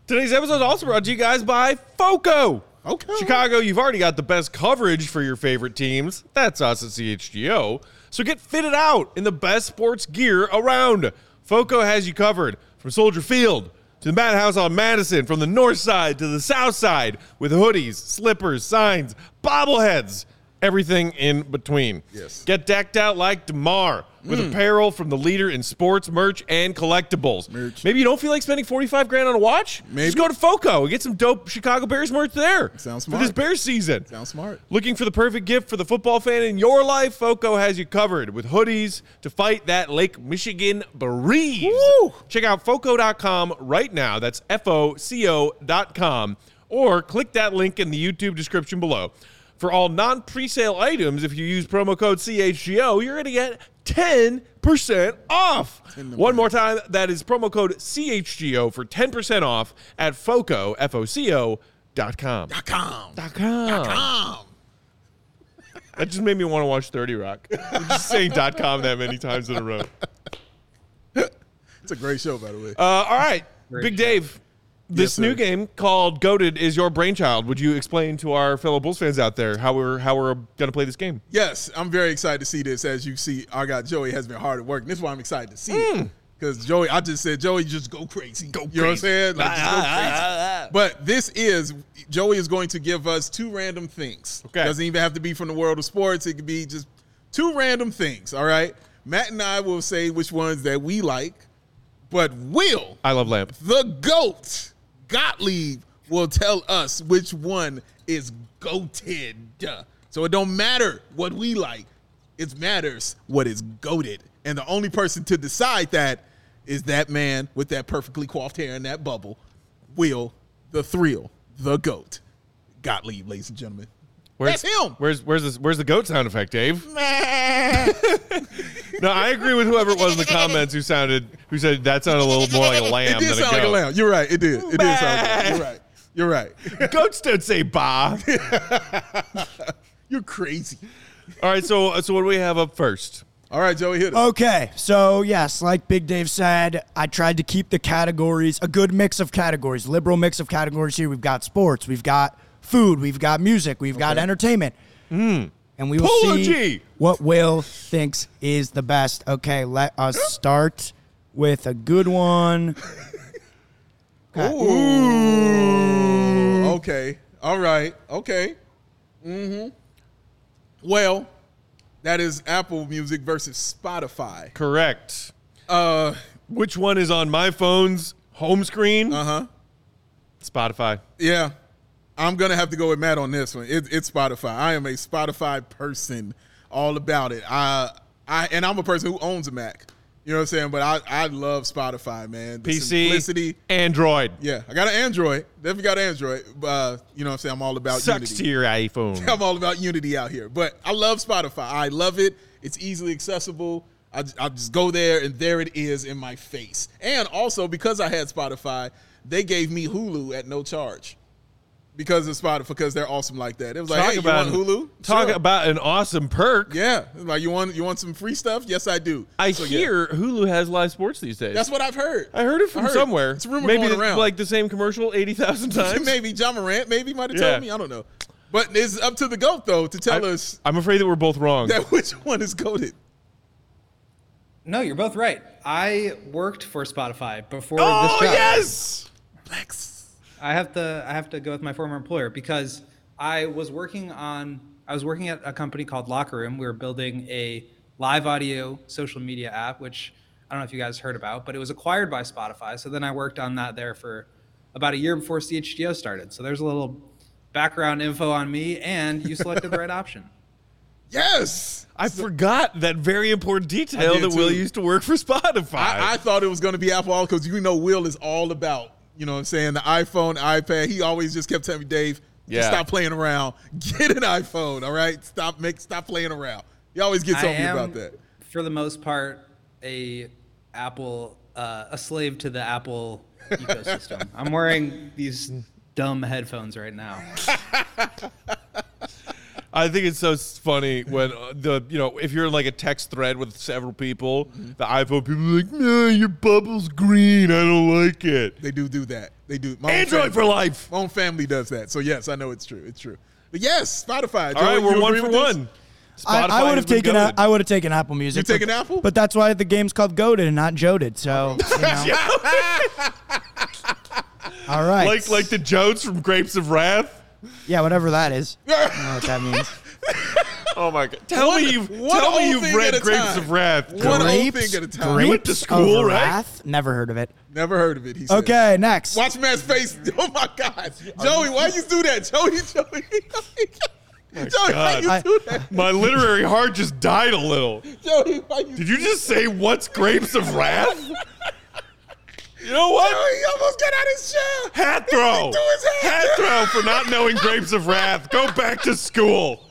S2: Today's episode is also brought to you guys by Foco.
S3: Okay.
S2: Chicago, you've already got the best coverage for your favorite teams. That's us at CHGO. So get fitted out in the best sports gear around. Foco has you covered from Soldier Field to the Madhouse on Madison, from the north side to the south side, with hoodies, slippers, signs, bobbleheads, everything in between.
S3: Yes.
S2: Get decked out like DeMar with
S3: Mm.
S2: apparel from the leader in sports merch and collectibles.
S3: Merch.
S2: Maybe you don't feel like spending 45 grand on a watch?
S3: Maybe.
S2: Just go to Foco and get some dope Chicago Bears merch there.
S3: Sounds
S2: For this
S3: smart.
S2: Bears season.
S3: Sounds smart.
S2: Looking for the perfect gift for the football fan in your life? Foco has you covered with hoodies to fight that Lake Michigan breeze.
S3: Woo!
S2: Check out foco.com right now. That's F O C O.com. Or click that link in the YouTube description below. For all non presale items, if you use promo code CHGO, you're going to get 10% off. One more time, that is promo code CHGO for 10% off at foco, F O C O.com.
S3: Com.
S2: .com.
S3: Com.
S2: That just made me want to watch 30 Rock. [LAUGHS] I'm just saying dot .com that many times in a row.
S3: It's a great show, by the way.
S2: Uh, all right, Big Dave. This
S3: Yes,
S2: new
S3: sir.
S2: game called Goaded is your brainchild. Would you explain to our fellow Bulls fans out there how we're how we're gonna play this game?
S3: Yes, I'm very excited to see this. As you see, I got Joey has been hard at work. And this is why I'm excited to see it. Because Joey, I just said, Joey, just go crazy. Mm. Ah, Go you know what I'm saying? Like, just go crazy. But this is, Joey is going to give us two random things.
S2: Okay.
S3: Doesn't even have to be from the world of sports. It could be just two random things, all right? Matt and I will say which ones that we like, but Will,
S2: I love Lamp.
S3: the GOAT, Gottlieb, will tell us which one is goated. So it don't matter what we like. It matters what is goated. And the only person to decide that is that man with that perfectly coiffed hair and that bubble, Will the Thrill, the GOAT, Gottlieb, ladies and gentlemen.
S2: Where's
S3: That's him.
S2: Where's where's this where's the goat sound effect, Dave? no, I agree with whoever it was in the comments who sounded who said that sounded a little more like a lamb
S3: It did
S2: than
S3: sound
S2: a
S3: like
S2: goat.
S3: a lamb. You're right. It did. It did sound like a lamb. You're right. You're right.
S2: [LAUGHS] Goats don't say
S3: [LAUGHS]
S2: ba.
S3: You're crazy.
S2: All right, so so what do we have up first?
S3: All right, Joey, hit us.
S4: Okay, so yes, like Big Dave said, I tried to keep the categories a good mix of categories, liberal mix of categories here. We've got sports, we've got food, we've got music, we've got entertainment. And we will
S2: Hmm. Apology.
S4: see what Will thinks is the best. Okay, let us start with a good one.
S3: Okay. All right. Okay. Mm-hmm. Well, that is Apple Music versus Spotify.
S2: Correct.
S3: Uh,
S2: Which one is on my phone's home screen?
S3: uh huh.
S2: Spotify.
S3: Yeah. I'm gonna have to go with Matt on this one. It, it's Spotify. I am a Spotify person, all about it. I, I, and I'm a person who owns a Mac, You know what I'm saying? But I, I love Spotify, man. The
S2: PC,
S3: simplicity.
S2: Android.
S3: Yeah, I got an Android. Definitely got an Android. Uh, you know what I'm saying? I'm all about
S2: Sucks
S3: Unity.
S2: to your iPhone.
S3: [LAUGHS] I'm all about Unity out here. But I love Spotify. I love it. It's easily accessible. I, I just go there and there it is in my face. And also because I had Spotify, they gave me Hulu at no charge because of Spotify because they're awesome like that. It was like, hey, you want Hulu?
S2: Talk
S3: Sure.
S2: about an awesome perk.
S3: yeah, like you want you want some free stuff? Yes, I do.
S2: I
S3: So, yeah.
S2: hear Hulu has live sports these days.
S3: that's what I've heard.
S2: I heard it from somewhere.
S3: It's a rumor
S2: Maybe
S3: going
S2: it's
S3: around. [LAUGHS]
S2: like the same commercial eighty thousand times.
S3: maybe John Morant, maybe might have
S2: Yeah.
S3: told me. I don't know. But it's up to the GOAT though to tell
S2: I,
S3: us
S2: am afraid that we're both wrong.
S3: that [LAUGHS] which one is goaded.
S5: No, you're both right. I worked for Spotify before
S2: oh
S5: this job.
S2: yes.
S5: I have to I have to go with my former employer because I was working on I was working at a company called Locker Room. We were building a live audio social media app, which I don't know if you guys heard about, but it was acquired by Spotify. So then I worked on that there for about a year before CHGO started. So there's a little background info on me, and you selected the right option.
S3: Yes.
S2: I forgot that very important
S3: I
S2: detail
S3: did
S2: that Will
S3: too.
S2: used to work for Spotify.
S3: I, I thought it was going to be Apple because you know Will is all about, you know what I'm saying, the iPhone, iPad. He always just kept telling me, Dave,
S2: Yeah.
S3: just stop playing around. [LAUGHS] Get an iPhone, all right? Stop make stop playing around. He always gets
S5: I
S3: on me
S5: am,
S3: about that.
S5: For the most part, a Apple, uh, a slave to the Apple
S3: [LAUGHS]
S5: ecosystem. I'm wearing these dumb headphones right now.
S2: I think it's so s- funny when uh, the you know if you're in like a text thread with several people,
S3: Mm-hmm.
S2: the iPhone people are like, "No, your bubble's green. I don't like it."
S3: They do do that. They do. My own
S2: Android
S3: family-
S2: for life.
S3: My own family does that. So, yes, I know it's true. It's true. But yes, Spotify.
S2: All right,
S3: Joey,
S2: we're
S3: you
S2: one
S3: agree
S2: for
S3: with this?
S2: one.
S4: I,
S2: Spotify
S4: I would
S2: has
S4: have
S2: been
S4: taken a,
S2: goated.
S4: I would have taken Apple Music.
S3: You
S4: but-
S3: taking Apple?
S4: But that's why the game's called Goaded and not
S2: [LAUGHS]
S4: Joded. So you know. all right,
S2: like like the Jones from Grapes of Wrath.
S4: yeah, whatever that is. I don't know what that means.
S2: [LAUGHS] Oh my god! Tell me you've
S3: one
S2: tell
S3: old
S2: me you've
S3: thing
S2: read
S3: at a
S2: Grapes
S3: time.
S2: of Wrath.
S3: One old thing
S4: Grapes,
S3: at a time.
S4: grapes
S2: You went to school,
S4: of
S2: right?
S4: Wrath? Never heard of it.
S3: Never heard of it. He said.
S4: Okay, next.
S3: Watch Matt's face. [LAUGHS] Oh my God, Joey, why you do that, Joey? Joey, [LAUGHS] Joey, why
S2: God.
S3: you do that?
S2: My literary heart just died a little.
S3: Joey, why you?
S2: Did you just say what's Grapes of
S3: [LAUGHS]
S2: Wrath? You know what?
S3: Joey, Oh, he almost got out his chair.
S2: Hat throw.
S3: He threw his
S2: Hat
S3: hat.
S2: throw
S3: [LAUGHS]
S2: for not knowing Grapes of Wrath. Go back to school.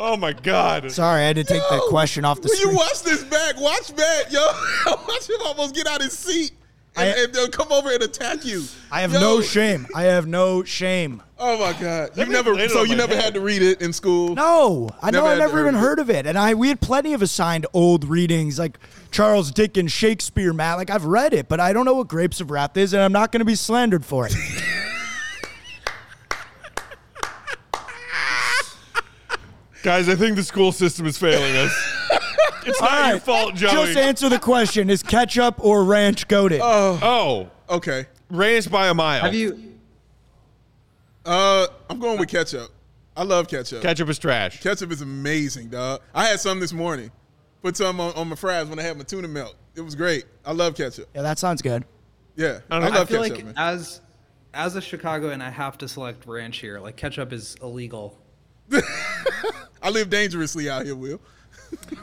S2: Oh my God.
S4: Sorry, I had to take that
S3: Yo,
S4: question off the
S3: When
S4: screen.
S3: you watch this back, watch Matt, yo. [LAUGHS] watch him almost get out his seat, and,
S4: I-
S3: and they'll come over and attack you.
S4: I have
S3: Yo.
S4: no shame. I have no shame.
S3: Oh my God, you
S2: man
S3: never.
S2: landed
S3: So
S2: on
S3: you
S2: my
S3: never
S2: head.
S3: had to read it in school.
S4: No, I know
S3: Never
S4: I
S3: had
S4: never
S3: heard
S4: even
S3: of it.
S4: heard of it, and I we had plenty of assigned old readings like Charles Dickens, Shakespeare, Matt. Like I've read it, but I don't know what Grapes of Wrath is, and I'm not going to be slandered for
S3: [LAUGHS]
S4: it.
S2: Guys, I think the school system is failing us. [LAUGHS] It's not your
S4: right.
S2: fault, Joey.
S4: Just answer the question: Is ketchup or ranch goaded?
S2: oh,
S3: Okay,
S2: ranch by a mile.
S5: Have you?
S3: uh, I'm going with ketchup. I love ketchup.
S2: Ketchup is trash.
S3: Ketchup is amazing, dog. I had some this morning. Put some on, on my fries when I had my tuna melt. It was great. I love ketchup.
S4: yeah, that sounds good.
S3: Yeah, I,
S2: don't know.
S3: love
S5: I feel
S3: ketchup,
S5: like
S3: man.
S5: as as a Chicagoan, I have to select ranch here. Like ketchup is illegal.
S3: I live dangerously out here, Will.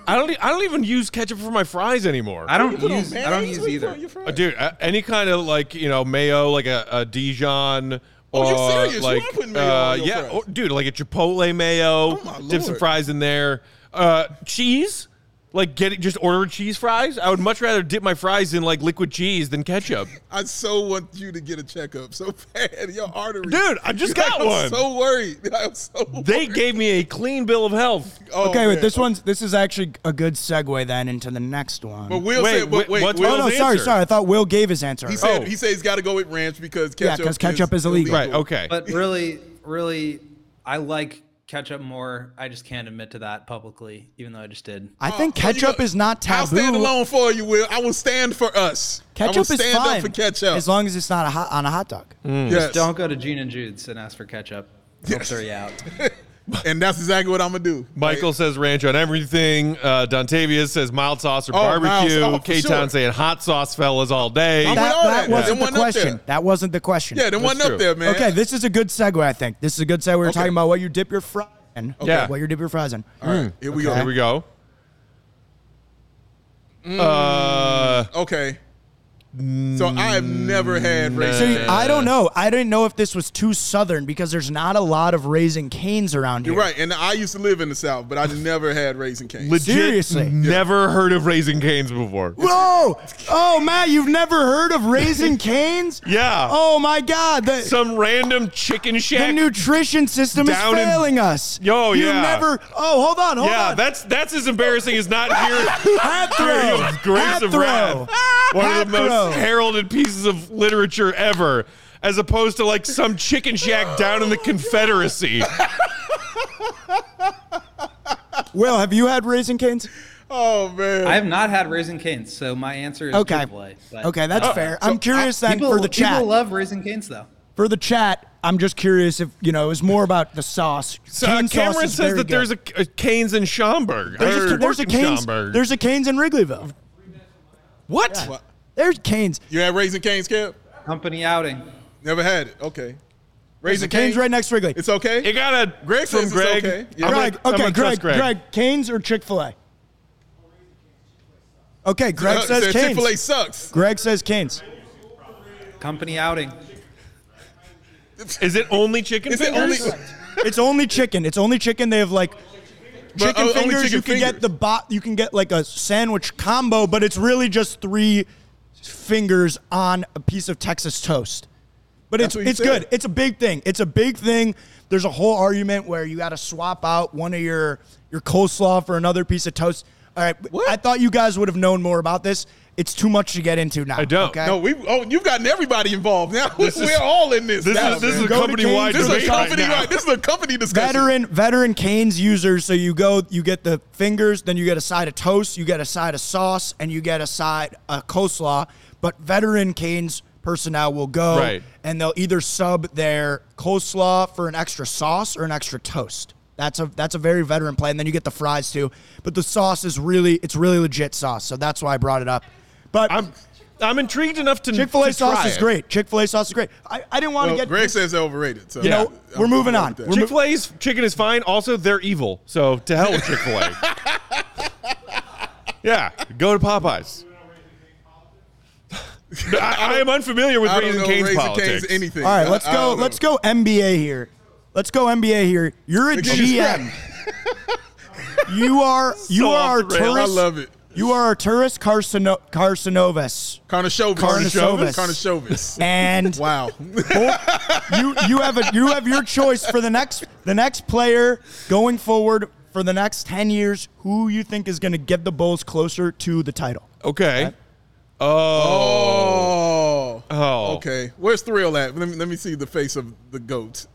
S2: I don't. e- I don't even use ketchup for my fries anymore.
S5: I don't use I don't use either.
S2: Uh, dude, uh, any kind of like you know mayo, like a, a Dijon.
S3: Oh, you're
S2: or,
S3: serious? You
S2: Like, uh,
S3: are putting mayo on your
S2: yeah,
S3: fries.
S2: or- dude, like a chipotle mayo.
S3: Oh, my
S2: dip some
S3: Lord.
S2: fries in there. Uh, cheese, like get it, just order cheese fries. I would much rather dip my fries in like liquid cheese than
S3: [LAUGHS]
S2: ketchup.
S3: I so want you to get a checkup so [LAUGHS] bad. Your arteries.
S2: Dude, I just got
S3: [LAUGHS] I'm
S2: one.
S3: so worried. I'm so
S2: they gave me a clean bill of health.
S3: Oh,
S4: okay, wait.
S3: man.
S4: This one's this is actually a good segue then into the next one.
S3: But Will
S2: Wait,
S3: said, but
S2: wh-
S3: wait,
S2: what's
S3: Will,
S4: oh no,
S2: Will's
S4: sorry,
S2: answer.
S4: sorry. I thought Will gave his answer.
S3: he
S4: already.
S3: said
S2: Oh.
S3: he says he's got to go with ranch because
S4: Yeah,
S3: ketchup.
S4: 'cause ketchup is illegal.
S2: Right. Okay.
S5: But really, really, I like ketchup more. I just can't admit to that publicly, even though I just did.
S4: I think
S3: Well, Oh, you
S4: ketchup
S3: know,
S4: is not
S3: uh, I'll stand
S4: taboo.
S3: alone for you, Will. I will stand for us. I will
S4: Ketchup is
S3: stand
S4: fine
S3: up for ketchup. Mm.
S4: as long as it's not a hot, on a hot dog.
S3: yes.
S5: Don't go to Gene and Jude's and ask for ketchup. They'll throw you out.
S3: [LAUGHS] And that's exactly what I'm gonna do.
S2: Michael says ranch on everything. Uh, Dontavius says mild sauce or
S3: Oh, mild-
S2: barbecue.
S3: oh, for
S2: K-Town
S3: sure.
S2: saying hot sauce, fellas, all day.
S3: I'm with
S4: That,
S3: all
S4: that
S3: that. It
S4: wasn't the
S3: wasn't up
S4: question.
S3: there.
S4: That wasn't the question.
S3: Yeah, the one
S2: That's
S3: up
S2: true.
S3: there, man.
S4: Okay, this is a good segue. I think this is a good segue. We're
S3: Okay.
S4: talking about what you dip your fries in.
S2: Yeah.
S4: mm. what you dip your fries in.
S3: All right, here we go.
S4: Okay.
S2: Here we go. Uh,
S3: Okay. So I've never had
S2: Mm,
S3: raised
S4: So you- I don't know. I didn't know if this was too southern because there's not a lot of raising canes around here.
S3: You're right, and I used to live in the South,
S4: [LAUGHS]
S3: but I never had raisin canes.
S2: legit
S4: Seriously.
S2: never heard of raising canes before.
S4: Whoa! Oh, Matt, you've never heard of raising [LAUGHS] canes?
S2: Yeah.
S4: Oh my God! The,
S2: Some random chicken
S4: the
S2: shack.
S4: nutrition system is
S2: Down in-
S4: failing us.
S2: Yo,
S4: you
S2: yeah.
S4: never. Oh, hold on, hold
S2: yeah,
S4: on.
S2: that's that's as embarrassing as not
S4: [LAUGHS]
S2: hearing
S4: hat
S2: Imperial
S4: throw.
S2: Grace
S4: hat
S2: of
S4: throw.
S2: Wrath. One
S4: Hat
S2: of the most
S4: throw.
S2: heralded pieces of literature ever, as opposed to like some chicken shack down in the Confederacy.
S4: Will, have you had raising canes?
S3: Oh man.
S5: I have not had Raising Canes, so my answer is
S4: Okay.
S5: Chick-fil-A, but- Oh,
S4: Okay,
S2: uh,
S4: that's fair. I'm curious then
S5: people,
S4: for the chat.
S5: People love Raising Canes, though.
S4: for the chat, I'm just curious if you know it was more about the sauce.
S2: So, uh,
S4: Cane sauce
S2: Cameron
S4: is
S2: says
S4: very
S2: that there's a,
S4: good.
S2: a Canes in Schaumburg. I
S4: there's a
S2: heard
S4: there's a
S2: in
S4: canes
S2: Schaumburg.
S4: there's a canes in Wrigleyville.
S2: what?
S3: What?
S4: There's canes.
S3: You had raisin canes, Kev?
S5: Company outing.
S3: Never had it. Okay. Raisin
S4: The canes right next to Wrigley.
S3: It's okay.
S2: It got a
S3: Greg
S2: from
S3: says it's
S2: Greg.
S3: okay. Yeah.
S2: I'm gonna-
S4: Greg,
S2: I'm
S4: okay,
S2: gonna
S4: Greg,
S2: trust
S4: Greg, Canes or Chick Fil A? Okay, Greg
S2: Uh,
S3: Chuck
S4: says
S3: said Uh, Chick-fil-A
S4: Canes.
S3: sucks.
S4: Greg says Canes.
S5: Company outing.
S2: Is it only chicken?
S3: Is it only
S2: fingers?
S4: It's only chicken. It's only chicken. They have like
S3: But
S4: chicken
S3: o- only
S4: fingers.
S3: chicken
S4: you can get
S3: fingers.
S4: the bot. You can get like a sandwich combo, but it's really just three fingers on a piece of Texas toast. But
S3: That's
S4: it's
S3: what you
S4: it's
S3: said.
S4: good. It's a big thing. It's a big thing. There's a whole argument where you got to swap out one of your your coleslaw for another piece of toast. All right,
S3: What?
S4: I thought you guys would have known more about this. It's too much to get into now.
S2: I don't.
S4: Okay?
S3: No, we oh you've gotten everybody involved now. [LAUGHS]
S2: This
S3: We're
S2: is-
S3: all in this.
S2: This
S3: now,
S2: is this is
S3: man.
S2: a
S4: Go to
S2: company wide
S4: Canes.
S3: This is
S2: debate
S3: a
S2: right
S3: company
S2: now.
S3: right- this is a company discussion.
S4: veteran veteran canes users so you go you get the fingers then you get a side of toast you get a side of sauce and you get a side a coleslaw but veteran canes personnel will go
S2: Right.
S4: and they'll either sub their coleslaw for an extra sauce or an extra toast that's a that's a very veteran play and then you get the fries too but the sauce is really it's really legit sauce so that's why i brought it up but
S2: I'm I'm intrigued enough to
S4: chick-fil-a
S2: to
S4: sauce
S2: try
S4: is
S2: it.
S4: great chick-fil-a sauce is great i, I didn't want to
S3: Well,
S4: get
S3: Greg says they're overrated. So
S4: You know,
S3: I'm-
S4: we're moving
S3: I'm
S4: on.
S3: with that.
S4: We're-
S2: Chick Fil A's chicken is fine. Also, they're evil. So to hell with Chick Fil
S3: [LAUGHS]
S2: A. yeah, go to Popeyes. I, I am unfamiliar with
S3: I don't
S2: raising
S3: know
S2: canes
S3: Raisin
S2: politics.
S3: Cane's anything.
S4: All right, let's
S3: I- I don't
S4: go.
S3: know.
S4: Let's go NBA here. Let's go NBA here. You're a
S3: Look at this
S4: GM. You are you
S2: So
S4: are
S2: off the rails.
S4: Arturus.
S3: I love it.
S4: You are Arturus Carcino, Carcinovas,
S3: Carnashovas.
S4: Carnashovas.
S3: Carnashovas.
S4: and [LAUGHS]
S3: Wow. [LAUGHS]
S4: you you have a you have your choice for the next the next player going forward for the next ten years. Who you think is going to get the Bulls closer to the title?
S2: Okay. Oh,
S3: Oh.
S2: Oh.
S3: Okay. Where's Thrill at? Let me, let me see the face of the goat.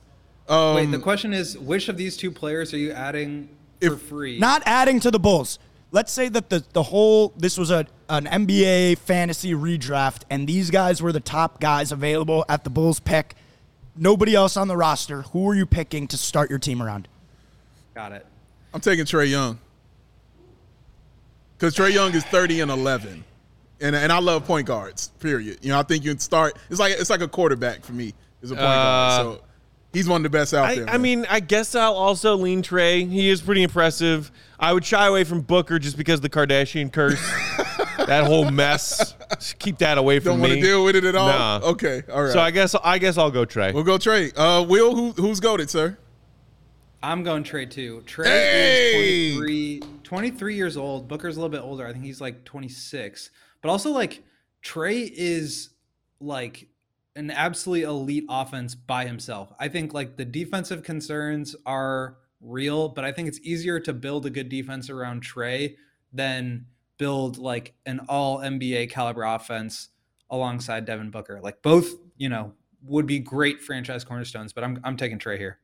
S5: Wait,
S4: Um,
S5: the question is, which of these two players are you adding for free?
S4: Not adding to the Bulls. Let's say that the, the whole this was a an NBA fantasy redraft, and these guys were the top guys available at the Bulls pick. Nobody else on the roster. Who are you picking to start your team around?
S5: Got it.
S3: I'm taking Trey Young. Because Trey Young is 30 and 11. And, and I love point guards, period. You know, I think you can start. It's like it's like a quarterback for me is a point guard. So he's one of the best out
S2: Uh, I,
S3: there.
S2: I
S3: man.
S2: mean, I guess I'll also lean Trey. He is pretty impressive. I would shy away from Booker just because of the Kardashian
S3: [LAUGHS]
S2: curse. that whole mess. Just keep that away from
S3: don't
S2: me.
S3: want to deal with it at all.
S2: Nah.
S3: Okay, all right.
S2: So I guess I guess I'll go Trey.
S3: we'll go Trey. Uh, Will, who who's goaded, sir?
S5: I'm going Trey too. Trey
S3: Hey!
S5: is 23, 23 years old. Booker's a little bit older. I think he's like 26. But also, like, Trey is like an absolutely elite offense by himself. I think like the defensive concerns are real, but I think it's easier to build a good defense around Trey than build like an all NBA caliber offense alongside Devin Booker. Like both, you know, would be great franchise cornerstones, but I'm I'm taking Trey here.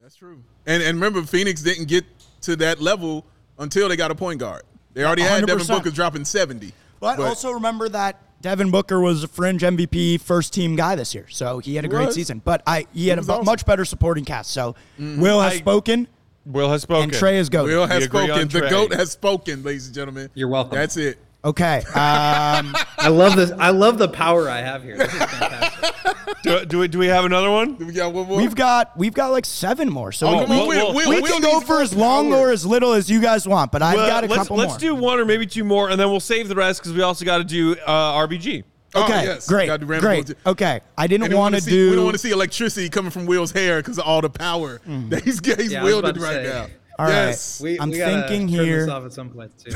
S3: That's true. And and remember, Phoenix didn't get to that level until they got a point guard. They already had Devin
S4: 100%.
S3: Booker dropping 70.
S4: But, also remember that Devin Booker was a fringe MVP first team guy this year, so he had a
S3: He
S4: great
S3: was.
S4: season. But I he had a
S3: was
S4: bu-
S3: awesome.
S4: much better supporting cast. So Will has
S2: I-
S4: spoken,
S2: Will has spoken.
S4: and Trey is going.
S3: Will has
S2: agree on
S3: spoken. The
S2: Trey.
S3: GOAT has spoken, ladies and gentlemen.
S5: You're welcome.
S3: That's it.
S4: Okay. Um,
S5: I love this. I love the power I have here. This is fantastic.
S2: Do, do we do we have another one?
S3: We got one more.
S4: we've got we've got like seven more, so
S2: Oh,
S4: we,
S2: come on,
S4: we-
S2: Will, Will,
S4: we
S2: Will
S4: can go
S3: needs
S4: for
S3: more
S4: as long
S3: power.
S4: or as little as you guys want. But I've
S2: Well,
S4: got a
S2: let's,
S4: couple
S2: let's
S4: more.
S2: do one or maybe two more, and then we'll save the rest because we also got to do uh, RBG.
S3: Oh,
S4: okay,
S3: yes.
S4: great,
S3: Gotta do Rambo
S4: great.
S3: too.
S4: Okay, I didn't
S3: And we
S4: want
S3: wanna
S4: to
S3: see-
S4: do.
S3: We don't want to see electricity coming from Will's hair because of all the power [LAUGHS] that he's, he's
S5: Yeah, I was about
S3: wielding
S5: to
S3: right
S5: say.
S3: now.
S4: Hmm. All right.
S3: yes.
S5: We,
S4: I'm
S5: we gotta
S4: thinking
S5: turn
S4: here-
S5: This off at some point too.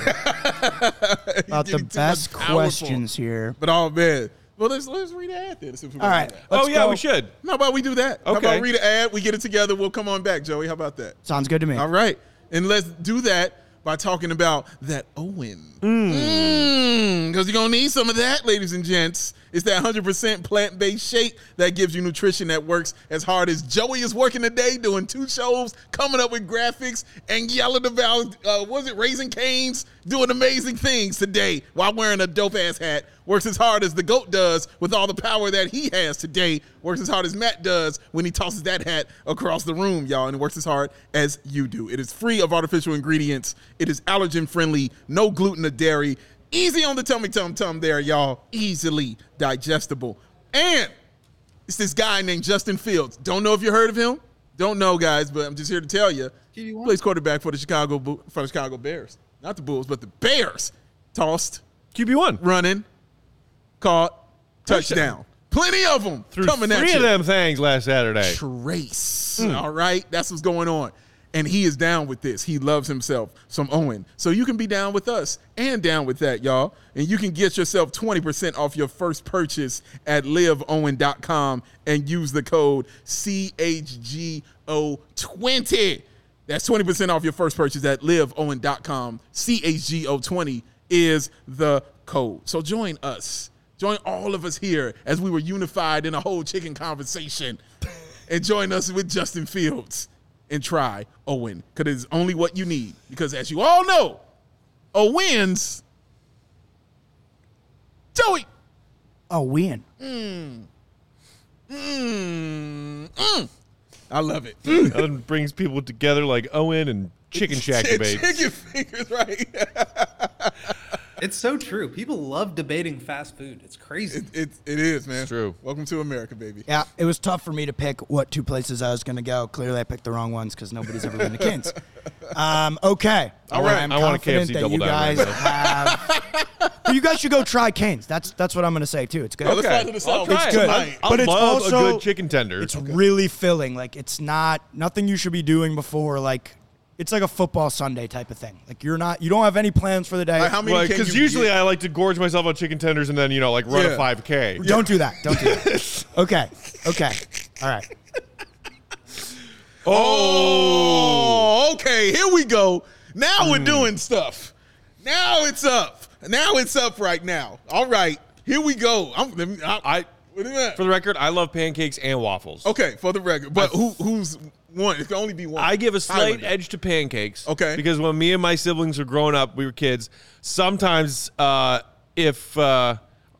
S4: about the
S3: getting too
S4: best
S3: much powerful.
S4: questions here.
S3: But oh man. Well, let's let's read an ad then. See if we
S4: All
S3: can
S4: right.
S3: do that.
S4: let's
S2: oh yeah,
S4: go.
S2: we should.
S3: How about we do that? How
S2: Okay.
S3: about read an ad? We get it together. We'll come on back, Joey. How about that?
S4: Sounds good to me.
S3: All right. And let's do that by talking about that Owen. Because Mm, you're going to need some of that, ladies and gents. It's that 100% plant based shake that gives you nutrition that works as hard as Joey is working today, doing two shows, coming up with graphics, and yelling about, uh, was it Raising Canes? Doing amazing things today while wearing a dope ass hat. Works as hard as the GOAT does with all the power that he has today. Works as hard as Matt does when he tosses that hat across the room, y'all. And it works as hard as you do. It is free of artificial ingredients, it is allergen friendly, no gluten or dairy. Easy on the tummy tum tum there, y'all. Easily digestible. And it's this guy named Justin Fields. Don't know if you heard of him. Don't know, guys, but I'm just here to tell you.
S5: TD1.
S3: Plays quarterback for the Chicago Bu- for the Chicago Bears, not the Bulls, but the Bears. Tossed,
S2: QB one
S3: running, caught,
S2: Touchdown.
S3: touchdown. Plenty of them
S2: through
S3: coming at
S2: three
S3: you.
S2: of them things last Saturday.
S3: Trace. All right, that's what's going on. And he is down with this. He loves himself some Owen. So you can be down with us and down with that, y'all. And you can get yourself 20% off your first purchase at liveowen.com and use the code CHGO20. That's 20% off your first purchase at liveowen.com. CHGO20 is the code. So join us. Join all of us here as we were unified in a whole chicken conversation. And join us with Justin Fields and try a win because it's only what you need. Because as you all know, a win's Joey.
S4: Oh, win.
S3: Mm, mm. I love it.
S2: that brings people together like Owen and Mm. Chicken Shack debate.
S3: [LAUGHS] Chicken fingers, right? [LAUGHS]
S5: It's so true. People love debating fast food. It's crazy.
S3: it, it is, man.
S2: true.
S3: Welcome to America, baby.
S4: Yeah, it was tough for me to pick what two places I was going to go. Clearly, I picked the wrong ones because nobody's ever been to
S3: [LAUGHS]
S4: Kins. Um, okay.
S2: All right,
S4: I'm
S2: I want a
S4: confident
S2: KFC
S4: that
S2: double
S4: you
S2: down
S4: guys
S2: right now.
S4: have. [LAUGHS] But you guys should go try Canes. That's that's what I'm going to say too. It's good.
S3: Oh, let's fly to the
S2: I'll
S3: South.
S2: try
S3: It's
S2: it.
S3: good.
S2: I- I
S4: But it's
S2: love a
S4: also-
S2: good chicken tender.
S4: It's really filling. Like it's not nothing you should be doing before. Like it's like a football Sunday type of thing. Like you're not you don't have any plans for the day.
S3: Like, how many can
S2: because
S3: you
S2: usually
S3: get?
S2: I like to gorge myself on chicken tenders and then you know like run a
S3: Yeah.
S2: five k.
S4: Don't do that. Don't
S3: [LAUGHS]
S4: do that. Okay. Okay. All right.
S3: Oh, okay. Here we go. Now
S2: Hmm.
S3: we're doing stuff. Now it's up. Now it's up right now. All right. Here we go. I'm, let me, I,
S2: I
S3: what is that?
S2: for the record, I love pancakes and waffles.
S3: okay, for the record. But who who's one? It can only be one.
S2: I give a slight
S3: Highlander.
S2: edge to pancakes.
S3: Okay.
S2: Because when me and my siblings were growing up, we were kids. Sometimes, uh, if uh,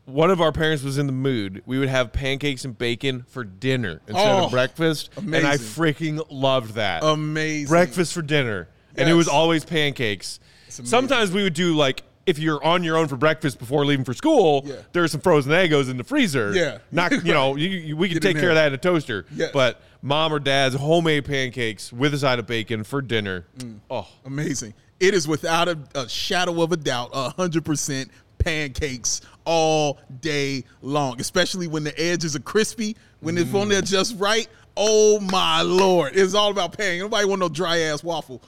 S2: one of our parents was in the mood, we would have pancakes and bacon for dinner instead
S3: Oh,
S2: of breakfast. And I
S3: amazing.
S2: freaking loved that.
S3: Amazing.
S2: Breakfast for dinner. And it was
S3: Yes.
S2: always pancakes.
S3: amazing.
S2: Sometimes we would do like, if you're on your own for breakfast before leaving for school,
S3: Yeah.
S2: there are some frozen Eggos in the freezer.
S3: Yeah.
S2: [LAUGHS] Not, you know, you, you, we could
S3: Get in
S2: take care of
S3: there.
S2: that in a toaster.
S3: Yes.
S2: But mom or dad's homemade pancakes with a side of bacon for dinner.
S3: Mm.
S2: Oh,
S3: Amazing. It is without a, a shadow of a doubt, a 100% pancakes all day long, especially when the edges are crispy, when it's on there just right. Oh my lord! It's all about pan. Nobody want no dry ass waffle.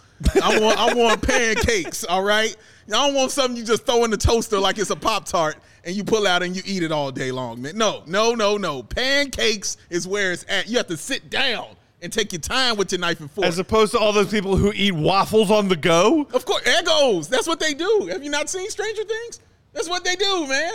S3: I want I want pancakes. All right. I don't want something you just throw in the toaster like it's a pop tart and you pull out and you eat it all day long, man. No, no, no, no. Pancakes is where it's at. You have to sit down and take your time with your knife and fork.
S2: as opposed to all those people who eat waffles on the go.
S3: Of course, egos. That's what they do. Have you not seen Stranger Things? That's what they do, man.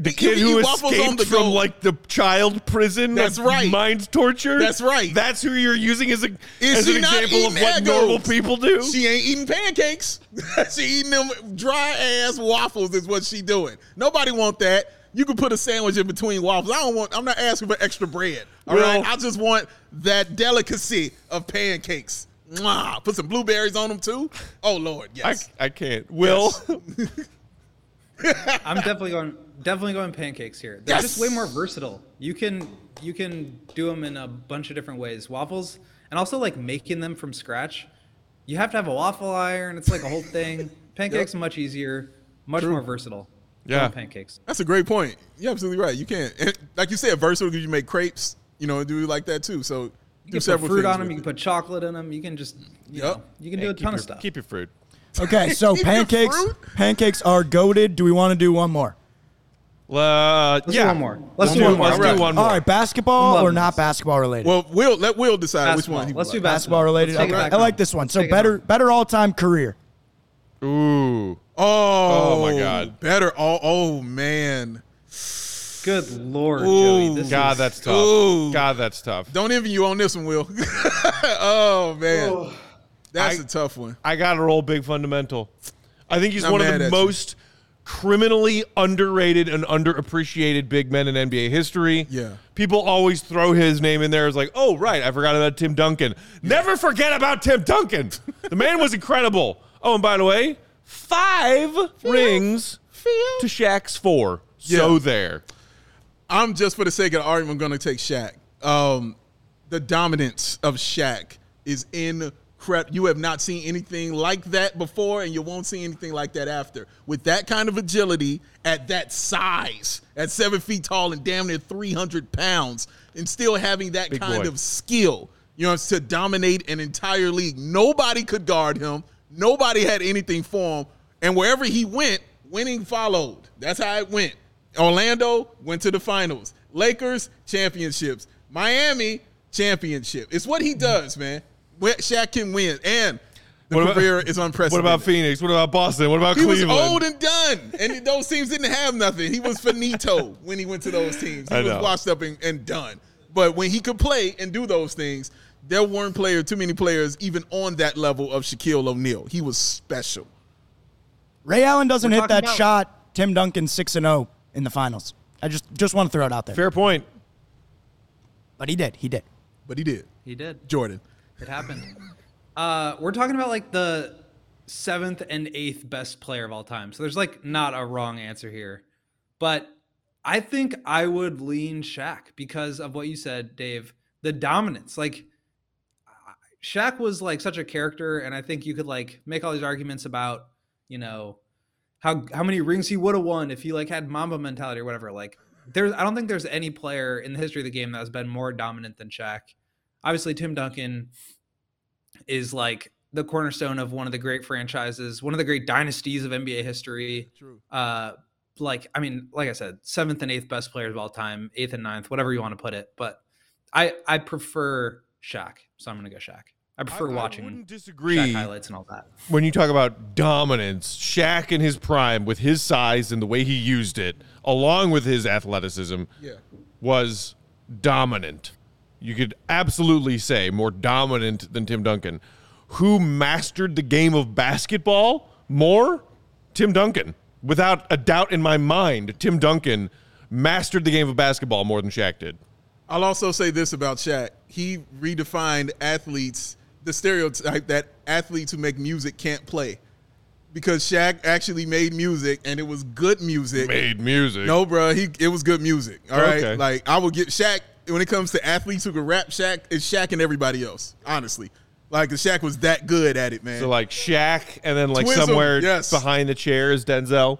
S2: The
S3: You
S2: kid
S3: can
S2: who
S3: eat waffles on
S2: escaped
S3: the
S2: from
S3: go.
S2: like the child prison.
S3: That's
S2: of
S3: right.
S2: Mind torture.
S3: That's right.
S2: That's who you're using as a
S3: Is
S2: as an
S3: she not
S2: example of
S3: eating
S2: what
S3: Eggos?
S2: normal people do.
S3: She ain't eating pancakes. [LAUGHS] she eating them dry ass waffles is what she doing. Nobody want that. You can put a sandwich in between waffles. I don't want. I'm not asking for extra bread. All right.
S2: Well-
S3: I just want that delicacy of pancakes. Mwah. Put some blueberries on them too. Oh Lord,
S2: I,
S3: yes.
S2: I can't. Will
S5: I'm definitely going definitely going pancakes here. They're just way more versatile. You can you can do them in a bunch of different ways. Waffles and also like making them from scratch. You have to have a waffle iron. It's like a
S3: [LAUGHS]
S5: whole thing. Pancakes are much easier, much more versatile.
S2: Yeah.
S5: Going pancakes.
S3: That's a great point. You're absolutely right. You can't, and like you said, versatile because you make crepes, you know, and do it like that too. So do
S5: You can put
S3: several
S5: fruit
S3: things
S5: on them.
S3: with
S5: You can
S3: it.
S5: put chocolate in them. You can just
S3: Yep.
S5: you know, you can do a ton of stuff.
S2: Keep your fruit.
S3: [LAUGHS]
S4: Okay, so
S3: Keep your
S4: pancakes
S3: fruit.
S4: pancakes are goated. Do we want to do one more?
S2: Uh,
S5: Let's
S2: yeah.
S5: do one more. Let's
S2: Let's
S5: do one
S2: do-
S5: more.
S2: let's do
S5: Alright.
S2: one more.
S4: All right, basketball
S5: Love
S4: or not
S5: this.
S4: basketball related?
S3: Well, Will let Will decide
S5: Basketball.
S3: which one. He
S5: Let's do
S3: would like.
S4: basketball related.
S5: Let's take it
S4: Okay.
S5: back
S4: I
S5: now.
S4: like this one. So
S5: Take it
S4: better
S5: back.
S4: better all time career.
S2: Ooh.
S3: Oh,
S2: Oh, my God.
S3: Better. Oh, oh man.
S5: Good lord,
S3: Ooh.
S5: Joey. This
S2: God,
S5: is,
S2: that's tough.
S3: Ooh.
S2: God, that's tough.
S3: Don't envy you on this one, Will. [LAUGHS] oh man, that's a
S2: I-
S3: tough one.
S2: I got to roll Big Fundamental. I think he's
S3: Not
S2: one of
S3: mad
S2: the
S3: at you.
S2: most criminally underrated and underappreciated big men in NBA history.
S3: Yeah.
S2: People always throw his name in there as like, oh, right, I forgot about Tim Duncan. Never forget about Tim Duncan. the man was incredible. Oh, and by the way, five rings to Shaq's four. So
S3: Yeah.
S2: there.
S3: I'm just for the sake of the argument, I'm going to take Shaq. Um, the dominance of Shaq is incredible. You have not seen anything like that before, and you won't see anything like that after. With that kind of agility at that size, at seven feet tall and damn near 300 pounds, and still having that kind
S2: boy.
S3: of skill, you know, it's to dominate an entire league. Nobody could guard him. Nobody had anything for him. And wherever he went, winning followed. That's how it went. Orlando went to the finals. Lakers, championships. Miami, championship. It's what he does, man. Where Shaq can win. And the
S2: What about-
S3: career is
S2: What
S3: unprecedented.
S2: about Phoenix? What about Boston? What about
S3: He was
S2: Cleveland?
S3: old and done, and those teams didn't have nothing. He was finito when he went to those teams. He
S2: I
S3: was
S2: know.
S3: washed up and, and done. But when he could play and do those things, there weren't player too many players even on that level of Shaquille O'Neal. He was special.
S4: Ray Allen doesn't
S5: We're
S4: hit
S5: talking
S4: that
S5: about-
S4: shot. Tim Duncan six and zero in the finals. I just just want to throw it out there.
S2: Fair point.
S4: But he did. He did.
S3: But he did.
S5: he did.
S3: Jordan.
S5: It happened. Uh, we're talking about like the seventh and eighth best player of all time. So there's like not a wrong answer here. But I think I would lean Shaq because of what you said, Dave. The dominance. Like I- Shaq was like such a character, and I think you could like make all these arguments about, you know, how how many rings he would have won if he like had Mamba mentality or whatever. Like there's I don't think there's any player in the history of the game that has been more dominant than Shaq. Obviously, Tim Duncan is like the cornerstone of one of the great franchises, one of the great dynasties of NBA history. True. Uh, like I mean, like I said, seventh and eighth best players of all time, eighth and ninth, whatever you want to put it. But I I prefer Shaq, so I'm gonna go Shaq. I prefer
S2: I
S5: watching
S2: wouldn't
S5: Shaq
S2: disagree.
S5: highlights and all that.
S2: when you talk about dominance, Shaq in his prime, with his size and the way he used it, along with his athleticism,
S3: Yeah.
S2: was dominant. You could absolutely say more dominant than Tim Duncan. Who mastered the game of basketball more? Tim Duncan. Without a doubt in my mind, Tim Duncan mastered the game of basketball more than Shaq did.
S3: I'll also say this about Shaq. He redefined athletes, the stereotype that athletes who make music can't play. Because Shaq actually made music and it was good music.
S2: Made music.
S3: No, bro, he it was good music. All right.
S2: Okay.
S3: Like I would get Shaq when it comes to athletes who can rap, Shaq is Shaq and everybody else, honestly. Like the Shaq was that good at it, man.
S2: So like Shaq, and then like
S3: Twism,
S2: somewhere
S3: yes.
S2: behind the chair is Denzel.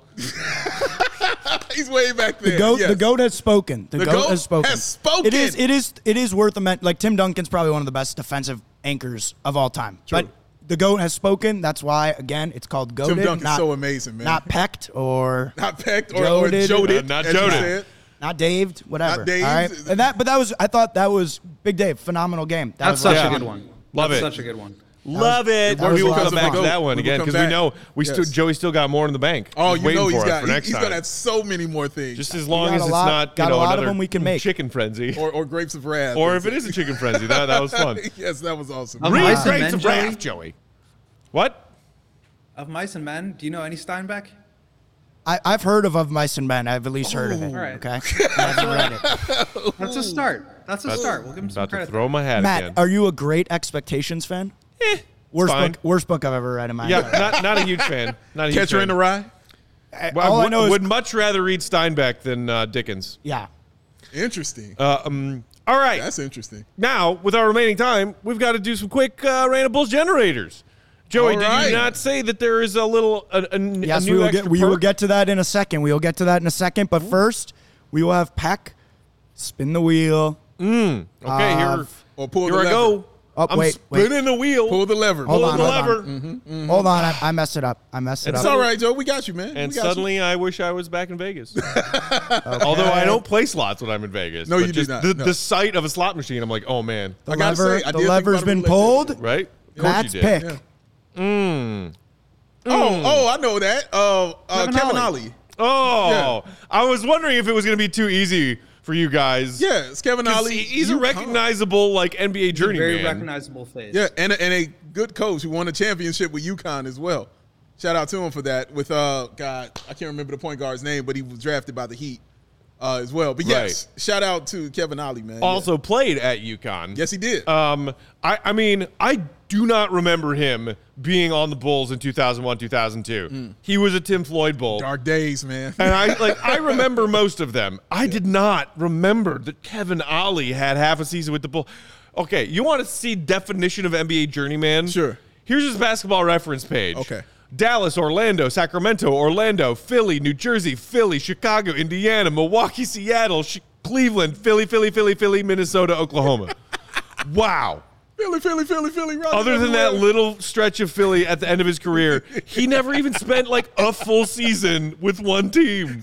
S3: He's way back there.
S4: The goat,
S3: yes.
S4: the goat has spoken. The,
S3: The
S4: goat,
S3: goat
S4: has spoken.
S3: has spoken.
S4: It is, it is, it is worth a men- like Tim Duncan's probably one of the best defensive anchors of all time. But the goat has spoken. That's why again, it's called goated.
S3: Duncan's
S4: not-
S3: so amazing, man.
S4: Not pecked or
S3: [LAUGHS] Not pecked or, or
S4: Joded.
S3: joded.
S2: Uh, not
S3: as you
S2: joded.
S3: said.
S4: not daved, whatever.
S3: Not daved.
S4: All right, and that. But that was I thought that was Big Dave, phenomenal game. That
S5: That's
S4: was
S5: such
S4: last
S5: a
S2: Yeah.
S5: good one.
S2: Love
S5: That's
S2: it.
S5: Such a good one.
S2: Love it.
S4: was
S2: We will
S4: a lot
S2: come
S4: of
S2: back to
S4: fun.
S2: that one
S3: We will
S2: again
S3: come
S2: because we
S3: back.
S2: know we
S3: Yes.
S2: still Joey still got more in the bank.
S3: Oh,
S2: He's
S3: you
S2: waiting
S3: know he's
S2: for us
S3: got
S2: for
S3: he-
S2: next
S3: he's
S2: time.
S3: gonna have so many more things.
S2: Just as long
S4: got
S2: as
S4: a
S2: it's
S4: lot-
S2: not you
S4: got a
S2: know
S4: lot of
S2: another
S4: 'em we can make.
S2: chicken frenzy, [LAUGHS] or,
S3: or, or grapes of wrath.
S2: if it is a chicken frenzy, that that was fun.
S3: [LAUGHS] yes, that was awesome.
S5: Um,
S2: Real
S5: Mice and
S2: great
S5: Men,
S2: to
S5: Joey?
S2: wrath, Joey. What?
S5: Of Mice and Men, do you know any Steinbeck?
S4: I, I've heard of Of Mice and Men. I've at least heard of it.
S3: Oh.
S5: All right.
S4: Okay. I haven't
S3: [LAUGHS]
S4: read it.
S5: That's a start. That's a start. We'll give him some
S2: About to
S5: credit.
S2: throw my hat
S4: Matt,
S2: again.
S4: are you a great Expectations fan? Eh, worst
S2: fine.
S4: book, worst book I've ever read in my
S2: yeah,
S4: life.
S2: not not a huge fan. Not a huge
S3: Catcher
S2: fan.
S3: in the Rye.
S4: I-
S2: Well,
S4: all
S2: I
S4: I
S2: would,
S4: know is
S2: would much rather read Steinbeck than uh, Dickens.
S4: yeah.
S3: Interesting.
S2: Uh, All right.
S3: That's interesting.
S2: now, with our remaining time, we've got to do some quick uh, random bulls generators. Joey,
S3: All
S2: did
S3: right.
S2: you not say that there is a little a, a, n- a
S4: Yes,
S2: new
S4: we will
S2: extra
S4: get we will
S2: perk?
S4: get to that in a second. We will get to that in a second. But first, we will have Peck spin the wheel.
S2: Okay, here,
S3: Or pull
S2: here
S3: the
S2: I
S3: lever.
S2: go.
S4: uh, Oh,
S2: I'm
S4: wait, wait.
S2: spinning the wheel.
S3: Pull the lever. Mm-hmm.
S4: Hold
S2: Pull
S4: on,
S2: the
S4: hold on.
S2: lever.
S4: Hold on, I, I messed it up. I messed it
S3: It's
S4: up.
S3: all right, Joe. We got you, man.
S2: And
S3: We got you.
S2: suddenly, I wish I was back in
S3: [LAUGHS]
S2: Vegas. Although I don't play slots when I'm in Vegas.
S3: No,
S2: but
S3: you do
S2: just
S3: not.
S2: The,
S3: No.
S2: the sight of a slot machine, I'm like, oh man,
S4: The
S3: I gotta
S4: lever,
S3: say, I did
S4: the
S3: think
S4: lever's
S3: about a
S4: been
S3: roulette
S4: pulled.
S3: table.
S2: right? Of course
S4: Matt's
S2: you did.
S4: pick.
S3: Yeah.
S2: Mm.
S3: Oh, oh, I know that. Uh, uh,
S5: Kevin
S3: Kevin
S5: Ollie.
S3: Ollie.
S2: Oh, I was wondering if it was going to be too easy for you guys.
S3: Yeah, it's Kevin
S2: 'Cause
S3: Ollie.
S2: he- he's a
S3: You
S2: recognizable like NBA
S5: Very
S2: journeyman.
S5: recognizable face.
S3: Yeah, and a, and a good coach who won a championship with UConn as well. Shout out to him for that. With uh, God, I can't remember the point guard's name, but he was drafted by the Heat uh, as well. But yes, shout out to Kevin Ollie, man. Yeah.
S2: Also played at UConn.
S3: yes, he did.
S2: Um, I, I mean, I do not remember him being on the Bulls in 2001, 2002. He was a Tim Floyd Bull.
S3: Hmm. Dark days, man.
S2: And I like I remember most of them. I did not remember that Kevin Ollie had half a season with the Bull. Okay, you want to see definition of NBA journeyman?
S3: Sure.
S2: Here's his basketball reference page.
S3: Okay.
S2: Dallas, Orlando, Sacramento, Orlando, Philly, New Jersey, Philly, Chicago, Indiana, Milwaukee, Seattle, Chi- Cleveland, Philly, Philly, Philly, Philly, Minnesota, Oklahoma. [LAUGHS] wow.
S3: [LAUGHS] Philly, Philly, Philly, Philly. Rodney
S2: Other than that
S3: Everett.
S2: little stretch of Philly at the end of his career, he never even spent like a full season with one team.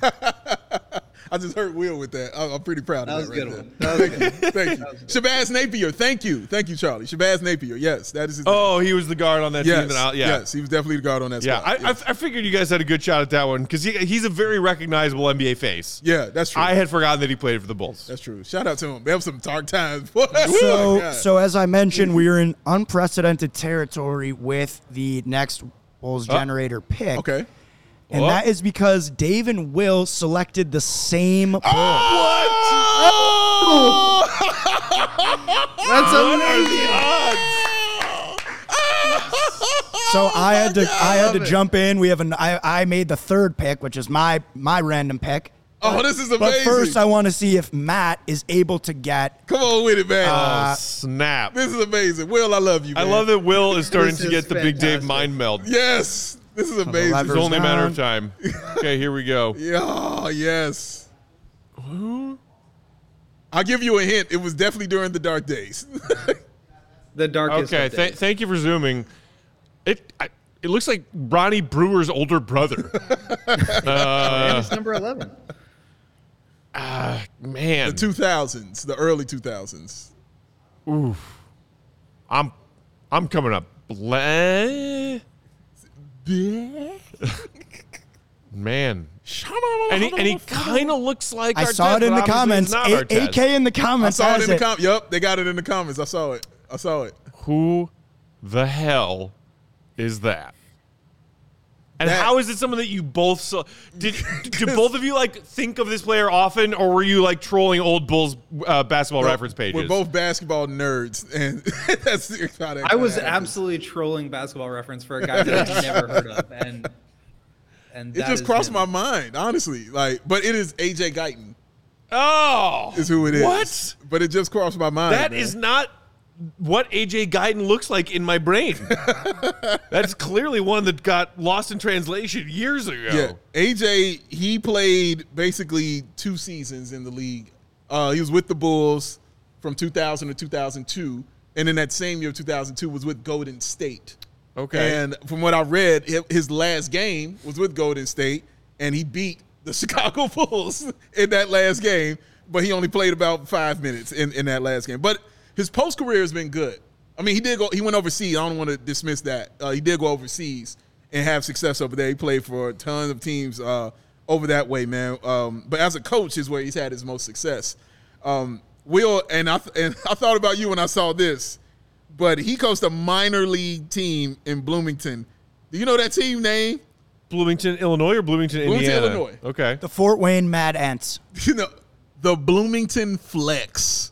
S3: I just hurt Will with that. I- I'm pretty proud
S5: That
S3: of
S5: was
S3: that.
S5: a
S3: right
S5: good
S3: there.
S5: one. That was good. [LAUGHS]
S3: Thank you. Shabazz Napier. Thank you. Thank you, Charlie. Shabazz Napier. Yes, that is his name.
S2: Oh, he was the guard on that team.
S3: Yes,
S2: That I, yeah.
S3: yes, he was definitely the guard on that
S2: Yeah,
S3: squad.
S2: I, I, I figured you guys had a good shot at that one because he, he's a very recognizable NBA face.
S3: yeah, that's true.
S2: I had forgotten that he played for the Bulls.
S3: That's true. Shout out to him. They have some dark times. [LAUGHS] boy. Oh, my
S4: So,
S3: God.
S4: so as I mentioned, we are in unprecedented territory with the next Bulls generator pick.
S3: Oh. okay.
S4: And
S2: Oh.
S4: that is because Dave and Will selected the same
S3: Oh,
S4: Bull.
S6: That's
S2: What are
S6: amazing.
S2: the odds?
S4: So I had to I had to jump in. We have an I, I made the third pick, which is my my random pick.
S3: Oh, this is amazing.
S4: But first I want to see if Matt is able to get
S3: Come on with it, man.
S4: Uh,
S2: oh, snap.
S3: this is amazing. Will, I love you.
S2: I
S3: man.
S2: love that
S3: [LAUGHS]
S2: Will is starting to
S5: is
S2: get the Big Dave
S5: fantastic.
S2: mind meld.
S3: Yes, this is amazing.
S2: It's
S4: lever.
S2: only a matter of
S4: Down.
S3: [LAUGHS]
S2: time. Okay, here we go.
S3: Yeah, oh, yes. I'll give you a hint. It was definitely during the dark days. [LAUGHS]
S2: Mm-hmm.
S5: The darkest.
S2: Okay,
S5: of
S2: th-
S5: days.
S2: thank you for zooming. It I, it looks like Ronnie Brewer's older
S3: [LAUGHS]
S2: brother.
S5: And it's number eleven.
S2: Man,
S3: 2000s, the early 2000s.
S2: I'm I'm coming up. bla- Man. And he, and he kind of looks like
S4: I saw
S2: Arteta,
S4: it in
S2: but obviously
S4: the
S2: it's
S4: comments.
S2: not
S4: A-
S2: Arteta.
S4: AK in the
S3: I
S4: comments.
S3: saw it
S4: has
S3: in the comments. Yep, they got it in the comments. I saw it. I saw it.
S2: Who the hell is that? And
S3: That-
S2: how is it someone that you both saw? Did did both of you like think of this player often, or were you like trolling old Bulls uh, basketball reference pages?
S3: We're both basketball nerds, and [LAUGHS] that's how that
S5: I was
S3: kinda happens.
S5: absolutely trolling basketball reference for a guy that I've never heard of, and and
S3: It just crossed my mind, honestly. Like, but it is AJ Guyton
S2: oh,
S3: is who it is.
S2: What?
S3: But it just crossed my mind.
S2: That
S3: man.
S2: is not what AJ Guyton looks like in my
S3: [LAUGHS]
S2: brain. That's clearly one that got lost in translation years ago.
S3: Yeah, AJ he played basically two seasons in the league. Uh, he was with the Bulls from 2000 to 2002, and in that same year, 2002 was with Golden State.
S2: Okay.
S3: And from what I read, hi- his last game was with Golden State, and he beat the [LAUGHS] Chicago Bulls in that last game. But he only played about five minutes in, in that last game. But his post career has been good. I mean, he did go. He went overseas. I don't want to dismiss that. Uh, he did go overseas and have success over there. He played for tons of teams uh, over that way, man. Um, but as a coach, is where he's had his most success. Um, Will and I th- and I thought about you when I saw this but he coached a minor league team in Bloomington. Do you know that team name? [LAUGHS]
S2: Bloomington, Illinois, or Bloomington,
S3: Bloomington,
S2: Indiana?
S3: Illinois.
S2: Okay.
S4: The Fort Wayne Mad Ants.
S3: You know, the Bloomington Flex.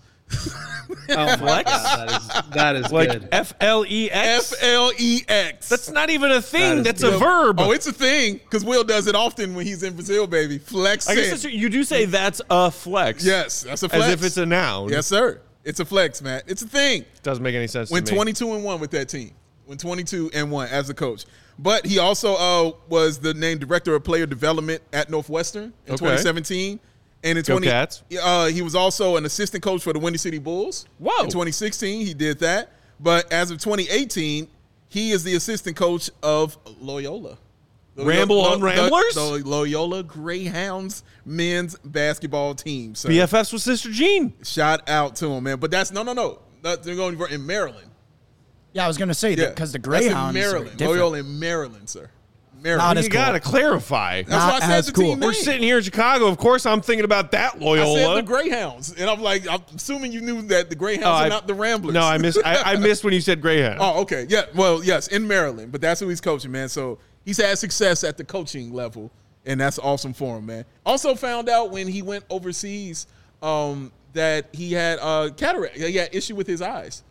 S5: Oh my god, that is that is
S2: Like
S5: good.
S2: F L E
S3: F
S2: X.
S3: L E X.
S2: That's not even a thing.
S5: That
S2: That's
S5: is
S2: a
S5: good.
S2: verb.
S3: Oh, it's a thing because Will does it often when he's in Brazil, baby. Flexing.
S2: I guess that's, you do say that's a flex.
S3: yes, that's a flex.
S2: As if it's a noun.
S3: yes, sir. It's a flex, man. It's a thing.
S2: Doesn't make any sense.
S3: Went
S2: to me.
S3: 22 and one with that team. Went 22 and one as a coach. But he also uh, was the named director of player development at Northwestern in
S2: Okay.
S3: 2017. And in
S2: Go
S3: 20,
S2: Cats.
S3: uh, he was also an assistant coach for the Windy City Bulls.
S2: Whoa.
S3: In 2016, he did that. But as of 2018, he is the assistant coach of Loyola.
S2: Ramble on
S3: the-
S2: Ramblers?
S3: The, Loyola Greyhounds men's basketball team. So
S2: BFFs with Sister Jean.
S3: shout out to him, man. But that's no, no, no. That's they're going in Maryland.
S4: Yeah, I was gonna say
S3: Yeah,
S4: that because the
S3: That's
S4: Greyhounds
S3: in
S4: are
S3: Maryland,
S4: different.
S3: Loyola in Maryland, sir.
S4: Not
S3: Maryland.
S4: as
S2: You gotta clarify.
S3: That's why I
S4: not
S3: said
S4: as
S3: the
S4: cool.
S3: team name.
S4: We're
S2: We're sitting here in Chicago. Of course, I'm thinking about that
S3: I
S2: Loyola.
S3: said the Greyhounds, and I'm like, I'm assuming you knew that the Greyhounds
S2: Oh,
S3: are
S2: I-
S3: not the Ramblers.
S2: No, I missed. I, I missed when you said Greyhound.
S3: Oh, okay. Yeah. Well, yes, in Maryland, but that's who he's coaching, man. So he's had success at the coaching level, and that's awesome for him, man. Also found out when he went overseas um, that he had uh, cataract. He had issue with his eyes.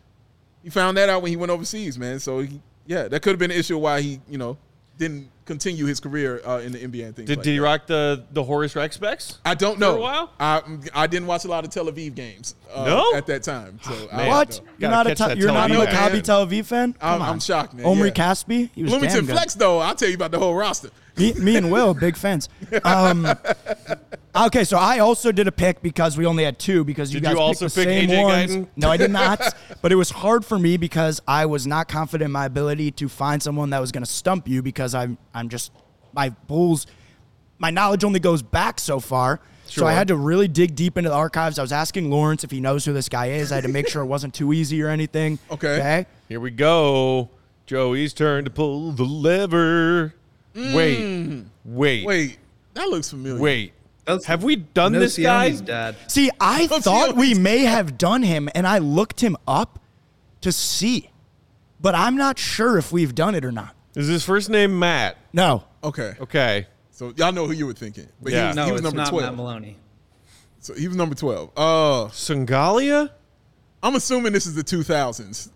S3: He found that out when he went overseas, man. So he, yeah, that could have been an issue why he, you know, didn't continue his career uh, in the NBA and things.
S2: Did,
S3: like
S2: did he
S3: that.
S2: rock the the Horace Rex specs?
S3: I don't know.
S2: a while?
S3: I I didn't watch a lot of Tel Aviv games. Uh,
S2: No? Ah,
S3: at that time. So I don't
S4: What?
S3: know.
S4: You're
S2: Gotta
S4: not a
S2: catch
S4: Tel-
S2: that
S4: you're
S2: Tel
S4: not a
S2: Aviv
S4: Maccabi
S3: ad.
S4: Tel Aviv fan?
S3: I'm-
S4: Come
S3: I'm
S4: on.
S3: shocked, man.
S4: Omri
S3: Yeah.
S4: Caspi, he was
S3: Bloomington
S4: damn good.
S3: Flex though. I'll tell you about the whole roster.
S4: me, me and Will, big fans. Um, okay, so I also did a pick because we only had two because you
S2: Did
S4: guys
S2: you also
S4: picked the
S2: pick
S4: same
S2: AJ
S4: ones.
S2: Guyton?
S4: No, I did not. but it was hard for me because I was not confident in my ability to find someone that was going to stump you because I'm I'm just my Bulls. My knowledge only goes back so far. So I
S2: Sure.
S4: had to really dig deep into the archives. I was asking Lawrence if he knows who this guy is. I had to make sure it wasn't too easy or anything.
S3: Okay.
S2: Here we go. Joey's turn to pull the lever. Wait, wait, wait,
S3: Mm. Wait, that looks familiar.
S2: wait.
S5: That's-
S2: Have we done
S5: No
S2: this, guys?
S5: Sione's dad.
S4: See, I
S3: Let's see
S4: thought
S3: what
S4: we
S3: he's-
S4: may have done him, and I looked him up to see, but I'm not sure if we've done it or not.
S2: Is his first name Matt?
S4: No,
S3: Okay.
S2: Okay.
S3: So y'all know who you were thinking. But
S2: Yeah.
S3: he was,
S5: No,
S3: he was
S5: it's
S3: number
S5: not Matt
S3: 12.
S5: Maloney.
S3: So he was number 12. Uh,
S2: Sangalia?
S3: I'm assuming this is the 2000s.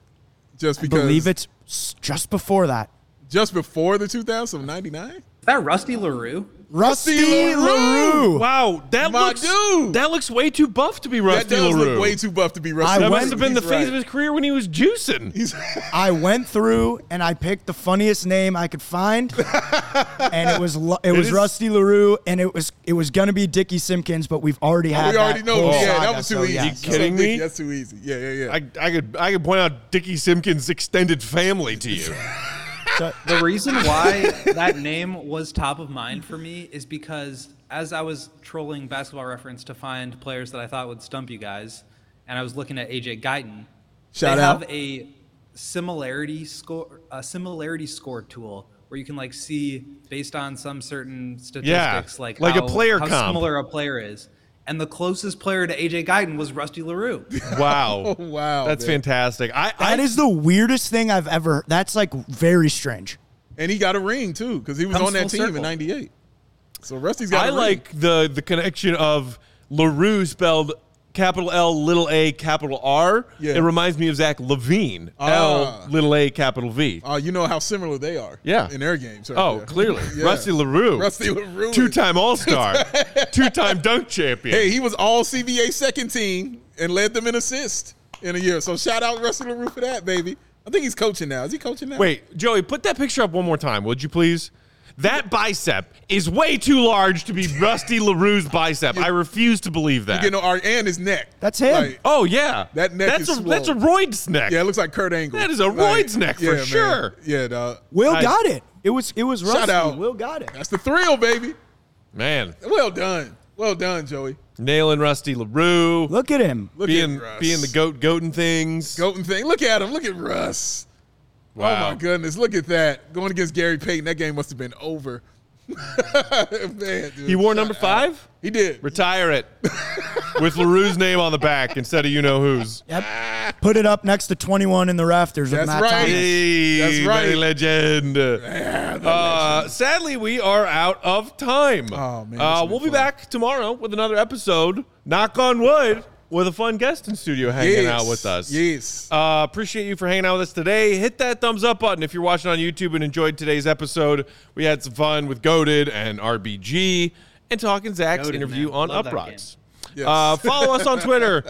S3: Just
S4: I
S3: because.
S4: believe it's s- just before that.
S3: Just before the 2000s, so 99?
S5: Is that Rusty LaRue?
S4: Rusty,
S3: Rusty LaRue!
S4: LaRue.
S2: Wow, that
S3: My
S2: looks
S3: dude!
S2: that looks way too buff to be Rusty
S3: That does
S2: LaRue.
S3: look way too buff to be Rusty.
S4: I
S2: that
S3: LaRue.
S2: must have been the
S3: He's
S2: phase
S3: right.
S2: of his career when he was juicing.
S3: [LAUGHS] He's-
S4: I went through and I picked the funniest name I
S3: [LAUGHS]
S4: could find, and it was Lu- it, was
S2: is-
S4: Rusty Larue, and it was it was gonna be Dickie Simpkins, but we've already had
S3: we already
S4: that
S3: know.
S4: whole
S3: Yeah,
S4: saga,
S3: that was too
S4: so
S3: easy.
S4: yeah.
S2: You kidding me?
S3: That's too easy. Yeah, yeah, yeah.
S2: I, I could I could point out Dickie Simpkins' extended family to you.
S5: The reason why that name was top of mind for me is because as I was trolling Basketball Reference to find players that I thought would stump you guys, and I was looking at AJ Guyton.
S3: Shout
S5: they
S3: out.
S5: have a similarity score, a similarity score tool where you can like see based on some certain statistics, like
S2: like a
S5: how-
S2: player
S5: how
S2: comp.
S5: similar a player is. And the closest player to AJ Guyton was Rusty Larue.
S2: Wow.
S3: [LAUGHS] Wow,
S2: That's
S3: man.
S2: fantastic. I,
S4: That
S2: I
S4: is the weirdest thing I've ever. That's like very strange.
S3: and he got a ring, too, because he was
S5: Comes
S3: on that
S5: full
S3: team
S5: circle.
S3: in 98. So Rusty's got
S2: I
S3: a ring.
S2: like the the connection of LaRue spelled capital L little A capital R.
S3: Yeah.
S2: It reminds me of Zach Levine.
S3: Ah.
S2: L little A capital V.
S3: Uh, you know how similar they are.
S2: Yeah.
S3: In their games. right
S2: Oh,
S3: there.
S2: clearly.
S3: [LAUGHS] Yeah.
S2: Rusty LaRue.
S3: Rusty LaRue.
S2: Two time All Star.
S3: [LAUGHS]
S2: Two time dunk champion.
S3: Hey, he was all CBA second team and led them in assist in a year. So shout out Russell LaRue for that, baby. I think he's coaching now. Is he coaching now?
S2: Wait, Joey, put that picture up one more time, would you please? That bicep is way too large
S3: [LAUGHS]
S2: to be Rusty LaRue's bicep. I refuse to believe that.
S3: You know, our, and his neck.
S4: That's him.
S2: oh yeah.
S3: That neck
S2: that's
S3: is
S2: a that's a
S3: swole.
S2: roid's neck.
S3: yeah, it looks like Kurt Angle.
S2: That is a Royd's neck for
S3: man.
S2: sure.
S3: Yeah, dog.
S4: Will
S2: I-
S4: got it. It was it was Rusty.
S3: Shout out.
S4: Will got it.
S3: That's the thrill, baby.
S2: Man.
S3: Well done. Well done, Joey.
S2: Nailing Rusty LaRue.
S4: Look at him.
S3: Look
S2: being
S3: at Russ.
S2: being the goat goating things.
S3: Goatin thing. Look at him. Look at Russ.
S2: Wow.
S3: Oh my goodness. Look at that. Going against Gary Payton. That game must have been over. [LAUGHS] Man, dude.
S2: He wore number five?
S3: He did.
S2: Retire
S3: [LAUGHS]
S2: it. With LaRue's name on the back instead of you know whose.
S4: Yep. Put it up next to 21 in the rafters with
S3: That's
S4: Matt
S3: right.
S4: Thomas.
S2: Hey,
S3: That's right.
S2: very legend. Uh, sadly, we are out of time.
S3: Oh, man,
S2: Uh,
S3: it's been
S2: we'll be
S3: fun.
S2: back tomorrow with another episode. Knock on wood. with a fun guest in studio hanging
S3: Yes.
S2: out with us.
S3: Yes.
S2: Uh, appreciate you for hanging out with us today. Hit that thumbs up button if you're watching on YouTube and enjoyed today's episode. We had some fun with Goaded and RBG and talking Zach's
S5: Goated,
S2: interview
S5: man.
S2: on
S5: Love that
S2: Uprocks.
S3: Yes.
S2: Uh, follow us on Twitter.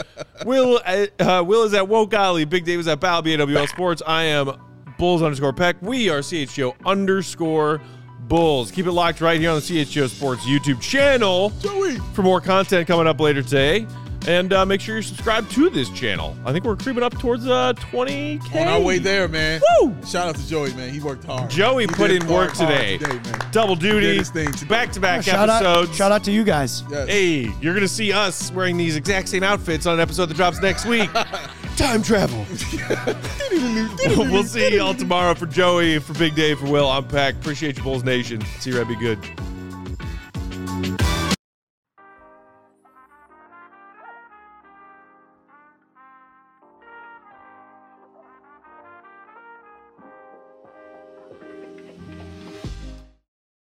S2: Will uh, uh, Will is at Woke Ollie. Big Dave is at Balby AWL Sports. I am Bulls underscore Peck. We are CHGO underscore Bulls. Keep it locked right here on the CHGO Sports YouTube channel
S3: Joey.
S2: for more content coming up later today. And uh, make sure you're subscribed to this channel. I think we're creeping up towards uh, 20K.
S3: On our way there, man.
S2: Woo!
S3: Shout out to Joey, man. He worked hard.
S2: Joey
S3: He
S2: put
S3: did
S2: in work
S3: hard
S2: today.
S3: man.
S2: Double
S3: Did
S2: duty.
S3: his thing today.
S2: Back to back
S4: shout
S2: episodes.
S4: out, shout out to you guys.
S3: Yes.
S2: Hey, you're going to see us wearing these exact same outfits on an episode that drops next week. Time travel. we'll see you all tomorrow for Joey, for Big Dave, for Will. I'm Pack. Appreciate you, Bulls Nation. See you, right? Be good.